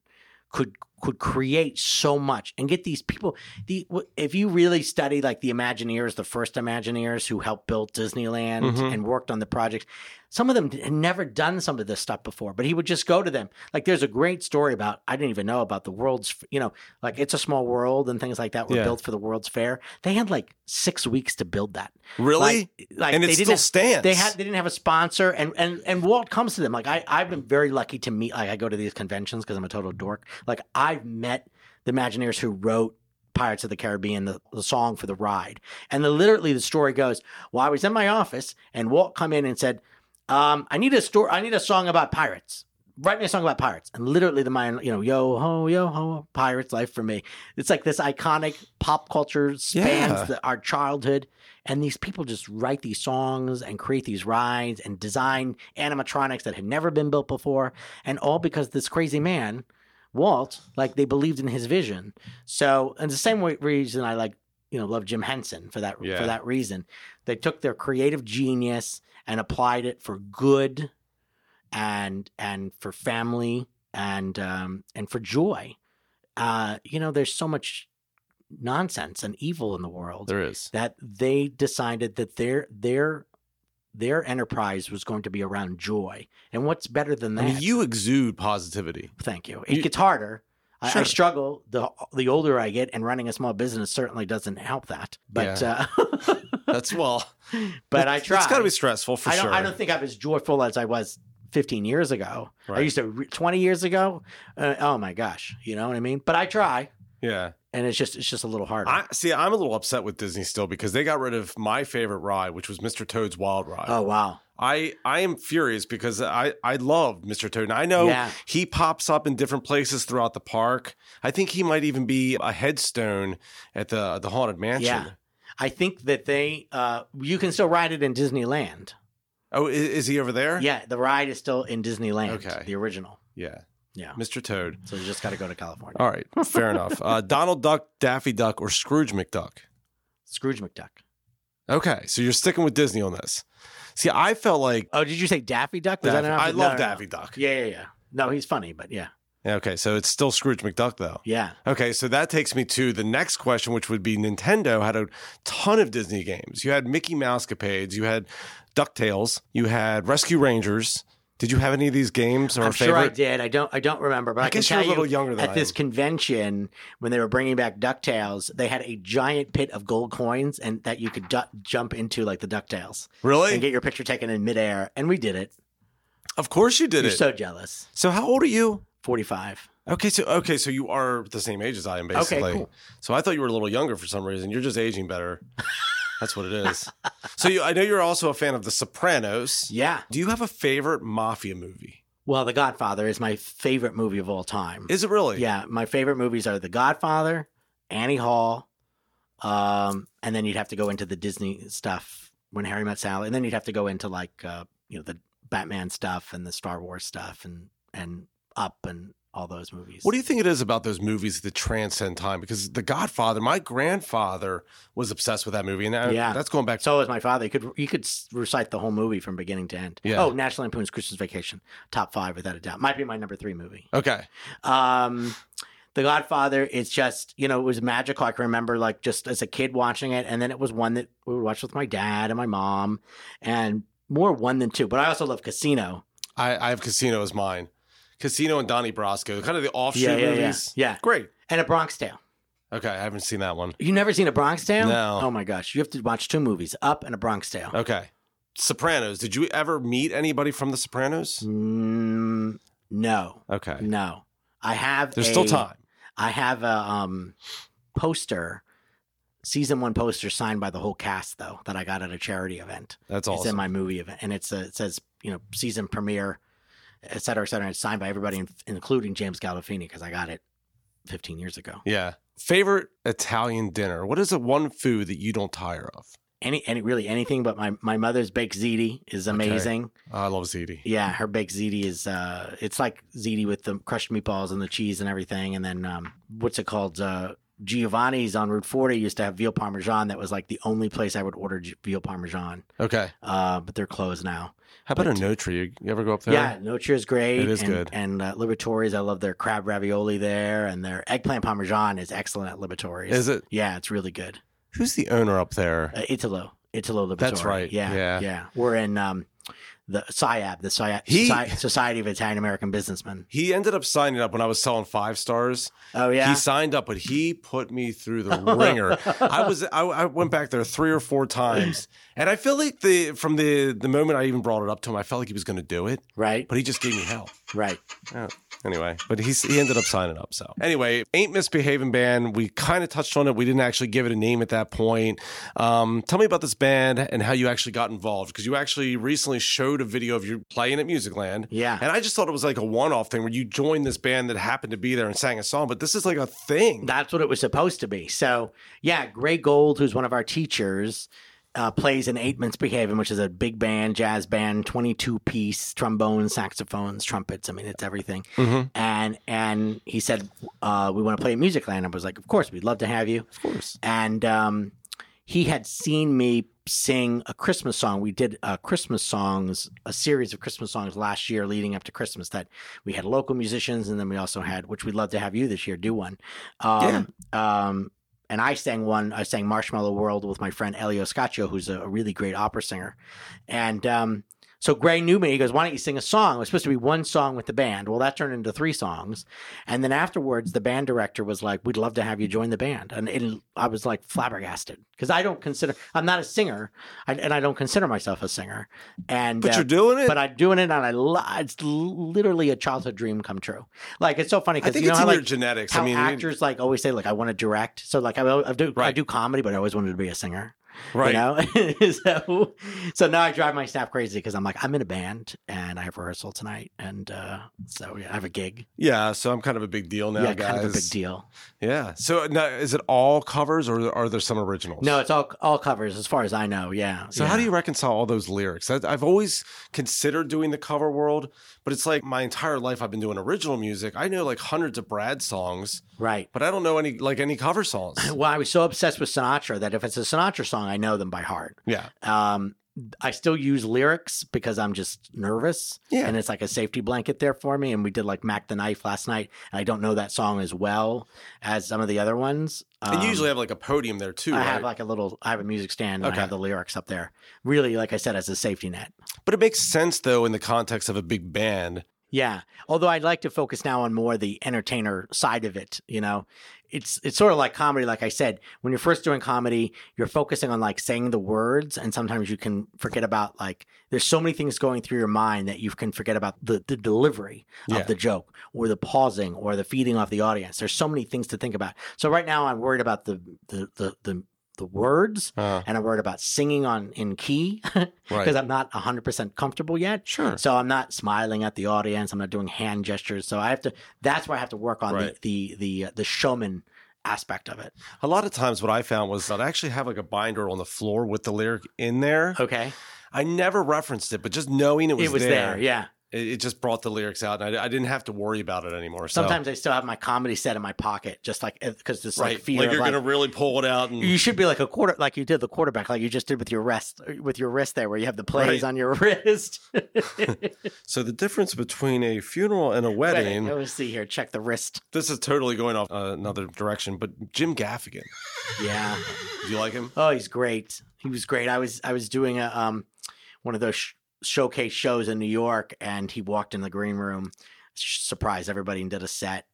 S2: could could create so much and get these people. The if you really study like the Imagineers, the first Imagineers who helped build Disneyland
S1: Mhm.
S2: and worked on the projects, some of them had never done some of this stuff before. But he would just go to them. Like there's a great story about I didn't even know about the world's you know like it's a small world and things like that were
S1: Yeah.
S2: built for the World's Fair. They had like six weeks to build that.
S1: really,
S2: Like, like
S1: and
S2: they
S1: it
S2: didn't
S1: still stands.
S2: have- they had they didn't have a sponsor, and and and Walt comes to them. Like I I've been very lucky to meet. Like I go to these conventions because I'm a total dork. Like I've met the Imagineers who wrote. Pirates of the Caribbean, the, the song for the ride, and the, literally the story goes: Well, I was in my office, and Walt come in and said, um, "I need a story. I need a song about pirates. Write me a song about pirates." And literally, the mind, you know, yo ho, yo ho, pirates life for me. It's like this iconic pop culture spans
S1: Yeah.
S2: the, our childhood, and these people just write these songs and create these rides and design animatronics that had never been built before. And all because this crazy man, Walt, like they believed in his vision. So, and the same way, reason I like, you know, love Jim Henson for that,
S1: Yeah.
S2: for that reason. They took their creative genius and applied it for good and, and for family and, um, and for joy. Uh, you know, there's so much nonsense and evil in the world
S1: There is.
S2: that they decided that their their their enterprise was going to be around joy. And what's better than that?
S1: I mean, you exude positivity.
S2: Thank you. It
S1: you-
S2: gets harder. I, I
S1: Sure.
S2: struggle the the older I get, and running a small business certainly doesn't help that. But uh,
S1: That's well.
S2: but I try.
S1: It's got to be stressful for
S2: I don't,
S1: sure.
S2: I don't think I'm as joyful as I was 15 years ago. I
S1: Right.
S2: used to re- 20 years ago. Uh, oh my gosh, you know what I mean. But I try,
S1: yeah.
S2: and it's just it's just a little harder.
S1: I see. I'm a little upset with Disney still because they got rid of my favorite ride, which was Mr. Toad's Wild Ride.
S2: oh wow,
S1: I I am furious because I I loved Mr. Toad. And I know
S2: Yeah.
S1: he pops up in different places throughout the park. I think he might even be a headstone at the the haunted mansion.
S2: Yeah. I think that they uh, you can still ride it in Disneyland.
S1: Oh, is, is he over there?
S2: Yeah, the ride is still in Disneyland.
S1: Okay.
S2: the original.
S1: Yeah.
S2: Yeah.
S1: Mr. Toad.
S2: So you just got to go to California.
S1: All right. Fair enough. Uh, Donald Duck, Daffy Duck, or Scrooge McDuck.
S2: Scrooge McDuck.
S1: Okay, so you're sticking with Disney on this. See, I felt like
S2: Oh, did you say Daffy Duck? Was that
S1: Daffy-
S2: an
S1: I
S2: option?
S1: love
S2: No, no, no.
S1: Daffy Duck.
S2: Yeah, yeah, yeah. No, he's funny, but yeah,
S1: Okay, so it's still Scrooge McDuck though.
S2: yeah.
S1: Okay, so that takes me to the next question, which would be Nintendo had a ton of Disney games. You had Mickey Mouse Capades, you had DuckTales, you had Rescue Rangers. Did you have any of these games or
S2: I'm
S1: a
S2: sure I
S1: favorite?
S2: did. I don't. I don't remember, but I,
S1: I
S2: can
S1: guess
S2: tell
S1: you're a little
S2: you,
S1: younger than
S2: at
S1: I
S2: this
S1: am.
S2: convention when they were bringing back Ducktales, they had a giant pit of gold coins, and that you could du- jump into like the Ducktales and
S1: Really?
S2: get your picture taken in midair. And we did it.
S1: Of course you did
S2: You're
S1: it.
S2: so jealous.
S1: so how old are you?
S2: Forty-five.
S1: Okay, so okay, so you are the same age as I am basically.
S2: Okay, cool.
S1: So I thought you were a little younger for some reason. You're just aging better. That's what it is. so you, I know you're also a fan of The Sopranos.
S2: Yeah.
S1: Do you have a favorite mafia movie?
S2: Well, The Godfather is my favorite movie of all time.
S1: Is it really?
S2: Yeah, my favorite movies are The Godfather, Annie Hall, um, and then you'd have to go into the Disney stuff when Harry Met Sally, and then you'd have to go into like uh, you know the Batman stuff and the Star Wars stuff and and Up and all those movies.
S1: What do you think it is about those movies that transcend time? Because The Godfather, my grandfather was obsessed with that movie, and I-
S2: Yeah.
S1: that's going back.
S2: So was my father. You could you could s- recite the whole movie from beginning to end.
S1: Yeah.
S2: Oh, National Lampoon's Christmas Vacation, top five without a doubt. Might be my number three movie.
S1: okay,
S2: Um, The Godfather, it's just, you know, it was magical. I can remember, like, just as a kid watching it. And then it was one that we would watch with my dad and my mom, and more one than two. But I also love Casino.
S1: I, I have Casino as mine. Casino and Donnie Brasco, kind of the offshoot
S2: yeah, yeah, yeah.
S1: movies.
S2: Yeah.
S1: Great.
S2: And A Bronx Tale.
S1: Okay, I haven't seen that one.
S2: You never seen A Bronx Tale?
S1: No.
S2: Oh my gosh. You have to watch two movies Up and A Bronx Tale.
S1: Okay, Sopranos. Did you ever meet anybody from The Sopranos?
S2: Mm, no,
S1: Okay,
S2: no. I have.
S1: there's
S2: a-
S1: still time.
S2: I have a um, poster, season one poster signed by the whole cast, though, that I got at a charity event.
S1: That's
S2: It's in
S1: awesome.
S2: my movie event, and it's a, it says you know season premiere, et cetera, et cetera. and It's signed by everybody, in- including James Gandolfini, because I got it 15 years ago.
S1: Yeah. Favorite Italian dinner? What is the one food that you don't tire of?
S2: Any, any, really anything, but my my mother's baked ziti is amazing.
S1: I love ziti.
S2: Yeah, her baked ziti is uh, it's like ziti with the crushed meatballs and the cheese and everything, and then um, what's it called? Uh, Giovanni's on Route 40 used to have veal parmesan. That was like the only place I would order gi- veal parmesan.
S1: Okay.
S2: Uh, but they're closed now.
S1: How about a
S2: But-
S1: notary? You, you ever go up there?
S2: Yeah, Notri is great.
S1: It is
S2: and,
S1: good.
S2: And uh, Libertori's, I love their crab ravioli there, and their eggplant parmesan is excellent at Libertori's.
S1: Is it?
S2: Yeah, it's really good.
S1: Who's the owner up there?
S2: Uh, Italo, Italo Libertori.
S1: That's right.
S2: Yeah,
S1: Yeah.
S2: We're in um, the SIAB, the SIAB,
S1: He-
S2: Soci- Society of Italian American Businessmen.
S1: He ended up signing up when I was selling five stars.
S2: Oh yeah,
S1: He signed up, but he put me through the ringer. I was I, I went back there three or four times, and I feel like the from the the moment I even brought it up to him, I felt like he was going to do it,
S2: right,
S1: but he just gave me hell.
S2: right.
S1: Anyway, but he's, he ended up signing up. So anyway, ain't misbehaving band. We kind of touched on it. We didn't actually give it a name at that point. Um, tell me about this band and how you actually got involved because you actually recently showed a video of you playing at Musicland.
S2: Yeah.
S1: and I just thought it was like a one-off thing where you joined this band that happened to be there and sang a song. But this is like a thing.
S2: That's what it was supposed to be. So, yeah, Gray Gold, who's one of our teachers, uh, plays in Eight Minutes Behaving, which is a big band, jazz band, 22 piece, trombones, saxophones, trumpets. I mean, it's everything.
S1: Mm-hmm.
S2: And and he said, uh, We want to play at Musicland. I was like, Of course, we'd love to have you.
S1: of course.
S2: And um, he had seen me sing a Christmas song. We did uh, Christmas songs, a series of Christmas songs last year leading up to Christmas that we had local musicians and then we also had, which we'd love to have you this year do one. Um, um, and I sang one. I sang Marshmallow World with my friend Elio Scaccio, who's a, a really great opera singer. And um, so Gray knew me. He goes, "Why don't you sing a song?" It was supposed to be one song with the band. Well, that turned into three songs, and then afterwards, the band director was like, "We'd love to have you join the band." And it, I was like flabbergasted because I don't consider I'm not a singer, I, and I don't consider myself a singer. And
S1: But
S2: uh,
S1: you're doing it.
S2: but I'm doing it, and I lo- it's l- literally a childhood dream come true. Like it's so funny
S1: I
S2: because
S1: think
S2: you know
S1: it's
S2: how
S1: in your
S2: like
S1: genetics.
S2: how
S1: I mean,
S2: actors like always say like I want to direct. So like I, I do I
S1: Right.
S2: do comedy, but I always wanted to be a singer.
S1: right?
S2: You know? so so now I drive my staff crazy because I'm like I'm in a band and I have rehearsal tonight, and uh, so yeah, I have a gig.
S1: Yeah, so I'm kind of a big deal now,
S2: yeah,
S1: guys.
S2: kind of a big deal.
S1: Yeah. So now, is it all covers or are there some originals?
S2: No, it's all all covers as far as I know. Yeah.
S1: So how do you reconcile all those lyrics? I, I've always considered doing the cover world, but it's like my entire life I've been doing original music. I know like hundreds of Brad songs,
S2: right?
S1: but I don't know any like any cover songs.
S2: Well, I was so obsessed with Sinatra that if it's a Sinatra song, I know them by heart.
S1: Yeah.
S2: Um, I still use lyrics because I'm just nervous.
S1: Yeah.
S2: And it's like a safety blanket there for me. And we did like Mac the Knife last night. And I don't know that song as well as some of the other ones.
S1: and you
S2: Um,
S1: usually have like a podium there too,
S2: I
S1: right?
S2: have like a little, I have a music stand and
S1: Okay.
S2: I have the lyrics up there. Really, like I said, as a safety net.
S1: but it makes sense though in the context of a big band.
S2: Yeah. Although I'd like to focus now on more the entertainer side of it, you know. It's it's sort of like comedy, like I said. When you're first doing comedy, you're focusing on like saying the words and sometimes you can forget about like there's so many things going through your mind that you can forget about the, the delivery
S1: Yeah.
S2: of the joke or the pausing or the feeding off the audience. There's so many things to think about. So right now I'm worried about the the the, the the words
S1: Uh,
S2: and I'm worried about singing on in key
S1: right.
S2: because I'm not 100% comfortable yet.
S1: Sure.
S2: So I'm not smiling at the audience. I'm not doing hand gestures. So I have to, that's where I have to work on
S1: Right.
S2: the, the, the, uh, the showman aspect of it.
S1: A lot of times what I found was that I actually have like a binder on the floor with the lyric in there.
S2: Okay.
S1: I never referenced it, but just knowing Oh. it was,
S2: it was there. Yeah.
S1: it, it just brought the lyrics out, and I, I didn't have to worry about it anymore. So.
S2: Sometimes I still have my comedy set in my pocket, just like, uh, cause this
S1: right,
S2: like fear
S1: like
S2: of
S1: you're
S2: like,
S1: gonna really pull it out, and
S2: you should be like a quarter, like you did the quarterback, like you just did with your wrist, uh, with your wrist there, where you have the plays
S1: Right.
S2: on your wrist.
S1: so the difference between a funeral and a wedding.
S2: Let me see here. Check the wrist.
S1: This is totally going off uh, another direction, but Jim Gaffigan,
S2: Yeah.
S1: do you like him?
S2: Oh, he's great. He was great. I was I was doing a um one of those sh- showcase shows in New York, and he walked in the green room, sh- surprised everybody, and did a set.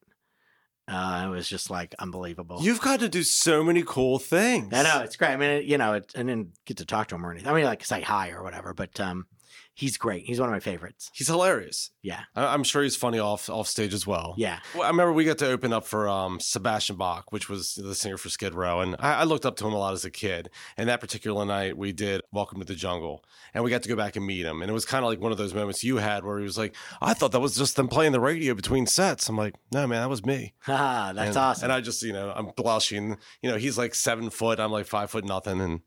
S2: Uh, it was just like unbelievable.
S1: You've got to do so many cool things.
S2: I know it's great. I mean, it, you know, it, I didn't get to talk to him or anything. I mean, like say hi or whatever, but um, he's great. He's one of my favorites.
S1: He's hilarious.
S2: Yeah.
S1: I- I'm sure he's funny off off stage as well.
S2: Yeah,
S1: Well, I remember we got to open up for um, Sebastian Bach, which was the singer for Skid Row, and I, I looked up to him a lot as a kid. And that particular night, we did "Welcome to the Jungle," and we got to go back and meet him. And it was kind of like one of those moments you had where he was like, "I thought that was just them playing the radio between sets." I'm like, "No, man, that was me."
S2: ah, that's
S1: And-
S2: awesome.
S1: And I just, you know, I'm blushing. You know, he's like seven foot, I'm like five foot nothing, and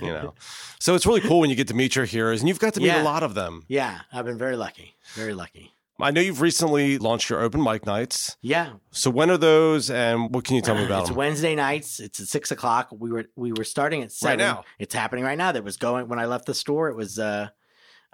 S1: you know, so it's really cool when you get to meet your heroes, and you've got to meet
S2: Yeah.
S1: a lot of them.
S2: yeah, I've been very lucky. Very lucky.
S1: I know you've recently launched your open mic nights.
S2: Yeah,
S1: So when are those, and what can you tell me about
S2: it's
S1: them?
S2: Wednesday nights. It's at six o'clock. We were we were starting at seven.
S1: now.
S2: It's happening right now. That was going when I left the store. It was uh,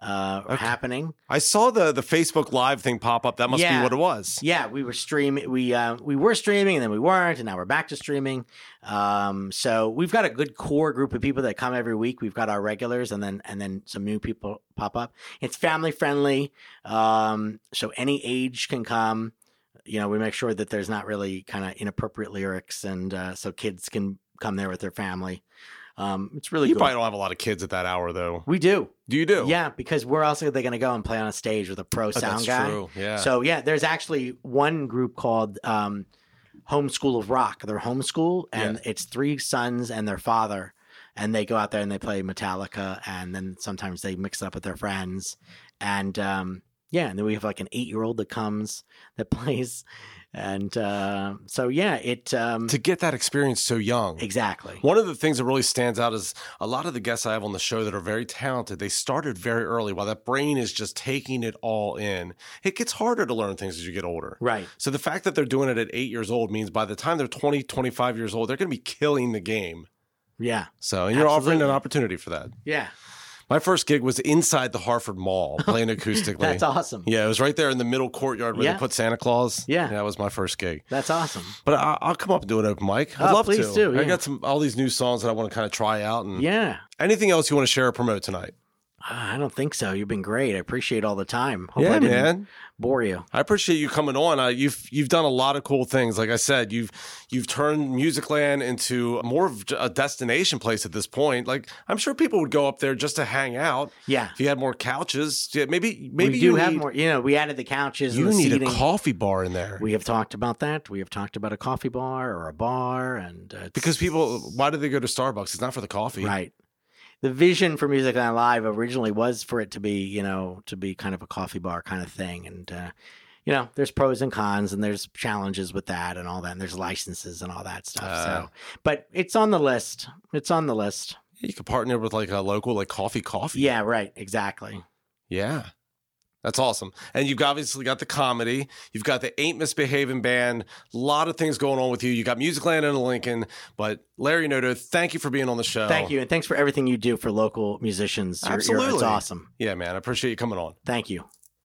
S2: uh, happening.
S1: I saw the the Facebook Live thing pop up. That must
S2: Yeah.
S1: be what it was.
S2: Yeah, we were streaming. We uh, we were streaming, and then we weren't, and now we're back to streaming. Um, so we've got a good core group of people that come every week. We've got our regulars, and then and then some new people pop up. It's family friendly, um, so any age can come. You know, we make sure that there's not really kind of inappropriate lyrics, and uh, so kids can come there with their family. Um, it's really
S1: You
S2: good.
S1: probably don't have a lot of kids at that hour, though.
S2: we do.
S1: Do you do?
S2: Yeah, because where else are they going to go and play on a stage with a pro
S1: Oh,
S2: sound
S1: that's
S2: guy?
S1: true. Yeah.
S2: So yeah, there's actually one group called um, Homeschool of Rock. They're homeschool, and it's three sons and their father, and they go out there and they play Metallica, and then sometimes they mix it up with their friends, and um, yeah, and then we have like an eight year old that comes that plays, and uh, so yeah, it um,
S1: to get that experience so young.
S2: exactly
S1: One of the things that really stands out is a lot of the guests I have on the show that are very talented, they started very early while that brain is just taking it all in. It gets harder to learn things as you get older.
S2: right.
S1: So the fact that they're doing it at eight years old means by the time they're 20, 25 years old, they're going to be killing the game.
S2: Yeah,
S1: So, and you're offering
S2: Absolutely.
S1: an opportunity for that.
S2: yeah.
S1: My first gig was inside the Harford Mall playing acoustically.
S2: That's awesome.
S1: Yeah, it was right there in the middle courtyard where
S2: Yeah.
S1: they put Santa Claus.
S2: Yeah.
S1: that was my first gig.
S2: That's awesome.
S1: But I, I'll come up and do an open mic. I'd
S2: Oh,
S1: love
S2: please
S1: to.
S2: do,
S1: I
S2: yeah.
S1: got some all these new songs that I want to kind of try out. And
S2: Yeah.
S1: anything else you want to share or promote tonight?
S2: Ah, I don't think so. You've been great. I appreciate all the time. Hope I didn't
S1: man.
S2: bore you.
S1: I appreciate you coming on. Uh, you've you've done a lot of cool things. Like I said, you've you've turned Musicland into more of a destination place at this point. Like I'm sure people would go up there just to hang out.
S2: Yeah.
S1: If you had more couches, yeah, maybe maybe
S2: we do
S1: you
S2: have
S1: need-
S2: more. You know, we added the couches.
S1: You
S2: and the
S1: need
S2: seating.
S1: a coffee bar in there
S2: We have talked about that. We have talked about a coffee bar or a bar, and uh, it's-
S1: because people. Why do they go to Starbucks? It's not for the coffee.
S2: right. The vision for Music Line Live originally was for it to be, you know, to be kind of a coffee bar kind of thing, and uh, you know, there's pros and cons, and there's challenges with that, and all that, and there's licenses and all that stuff.
S1: Uh.
S2: so, but it's on the list. It's on the list.
S1: You could partner with like a local like coffee coffee.
S2: Yeah, right. Exactly.
S1: Yeah. That's awesome. And you've obviously got the comedy. You've got the Ain't Misbehaving Band. A lot of things going on with you. You got Musicland and Lincoln. But Larry Noto, thank you for being on the show.
S2: Thank you, and thanks for everything you do for local musicians. You're- you're-
S1: Absolutely.
S2: it's awesome.
S1: Yeah, man. I appreciate you coming on.
S2: Thank you.